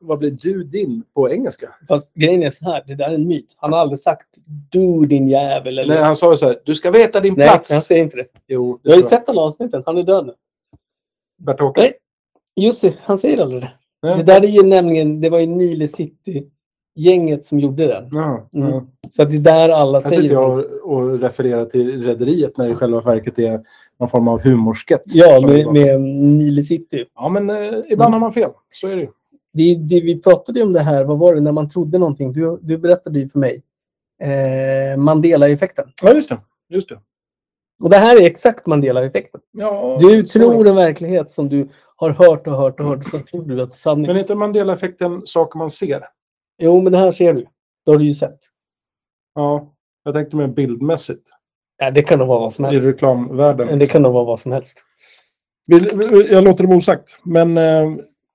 Vad blir do din på engelska? Fast grejen är så här, det där är en myt. Han har aldrig sagt du din jävel. Eller... Nej, han sa ju så här, du ska veta din Nej, plats. han säger inte det. Jo, Jag det har ju tror jag. sett alla avsnitten. Han är död nu. Bert-Åke. Nej. Jussi, han säger aldrig det. Nej. Det där är ju nämligen, det var ju Nile City-gänget som gjorde den. Ja, Mm. ja. Så att det är där alla Här sitter säger jag det. och- och refererar till Rederiet när det i själva verket är någon form av humorskett. Ja, som det med, var. med Nile City. ja men eh, ibland Mm. har man fel. Så är det ju. Det, det, vi pratade ju om det här, vad var det, när man trodde någonting. Du, du berättade ju för mig. Eh, Mandela-effekten. Ja, just det. Just det. Och det här är exakt Mandela-effekten. Ja, Du så- tror en verklighet som du har hört och hört och hört. Så tror du att det är sanning. Men är inte Mandela-effekten saker man ser? Jo, men det här ser du. Det har du ju sett. Ja, jag tänkte mer bildmässigt. Ja, det kan nog vara vad som I helst. Men reklamvärlden. Det kan nog vara vad som helst. Vill- vill- Jag låter det osagt, men eh,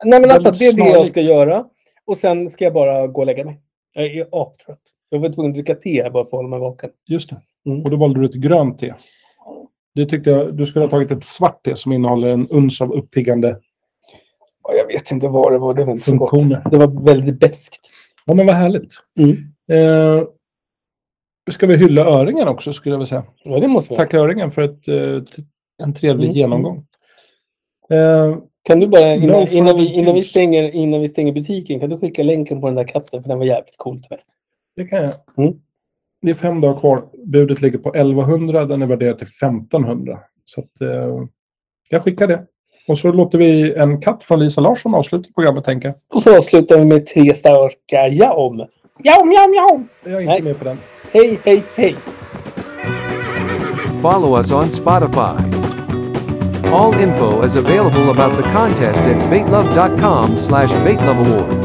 Nej, men alltså, Väldigt det är det jag snarlikt. ska göra. Och sen ska jag bara gå och lägga mig. Jag är aptrött. Jag var tvungen att dricka te här bara för att hålla mig vaken. just det. Mm. Och då valde du ett grönt te. Det tyckte jag, du skulle ha tagit ett svart te som innehåller en uns av uppiggande Ja, Jag vet inte vad det var. Det var inte så gott. funktioner. Det var väldigt beskt. Ja, men vad härligt. Mm. Eh, ska vi hylla öringen också, skulle jag vilja säga. Ja, det måste vi. Tacka öringen för ett, eh, t- en trevlig Mm. genomgång. Eh, Kan du bara, innan, No innan, vi, fucking innan, vi use. stänger, innan vi stänger butiken, kan du skicka länken på den där katten? För den var jävligt cool till mig. det kan jag. Mm. Det är fem dagar kvar. Budet ligger på 1100. Den är värderad till 1500. Så att, eh, jag skickar det. Och så låter vi en katt från Lisa Larsson avsluta programmet, tänker jag. Och så avslutar vi med tre starka jaom. Jaom, jaom, jaom! Jag är inte Nej. med på den. Hej, hej, hej! Follow us on Spotify. All info is available about the contest at baitlove.com slash baitloveaward.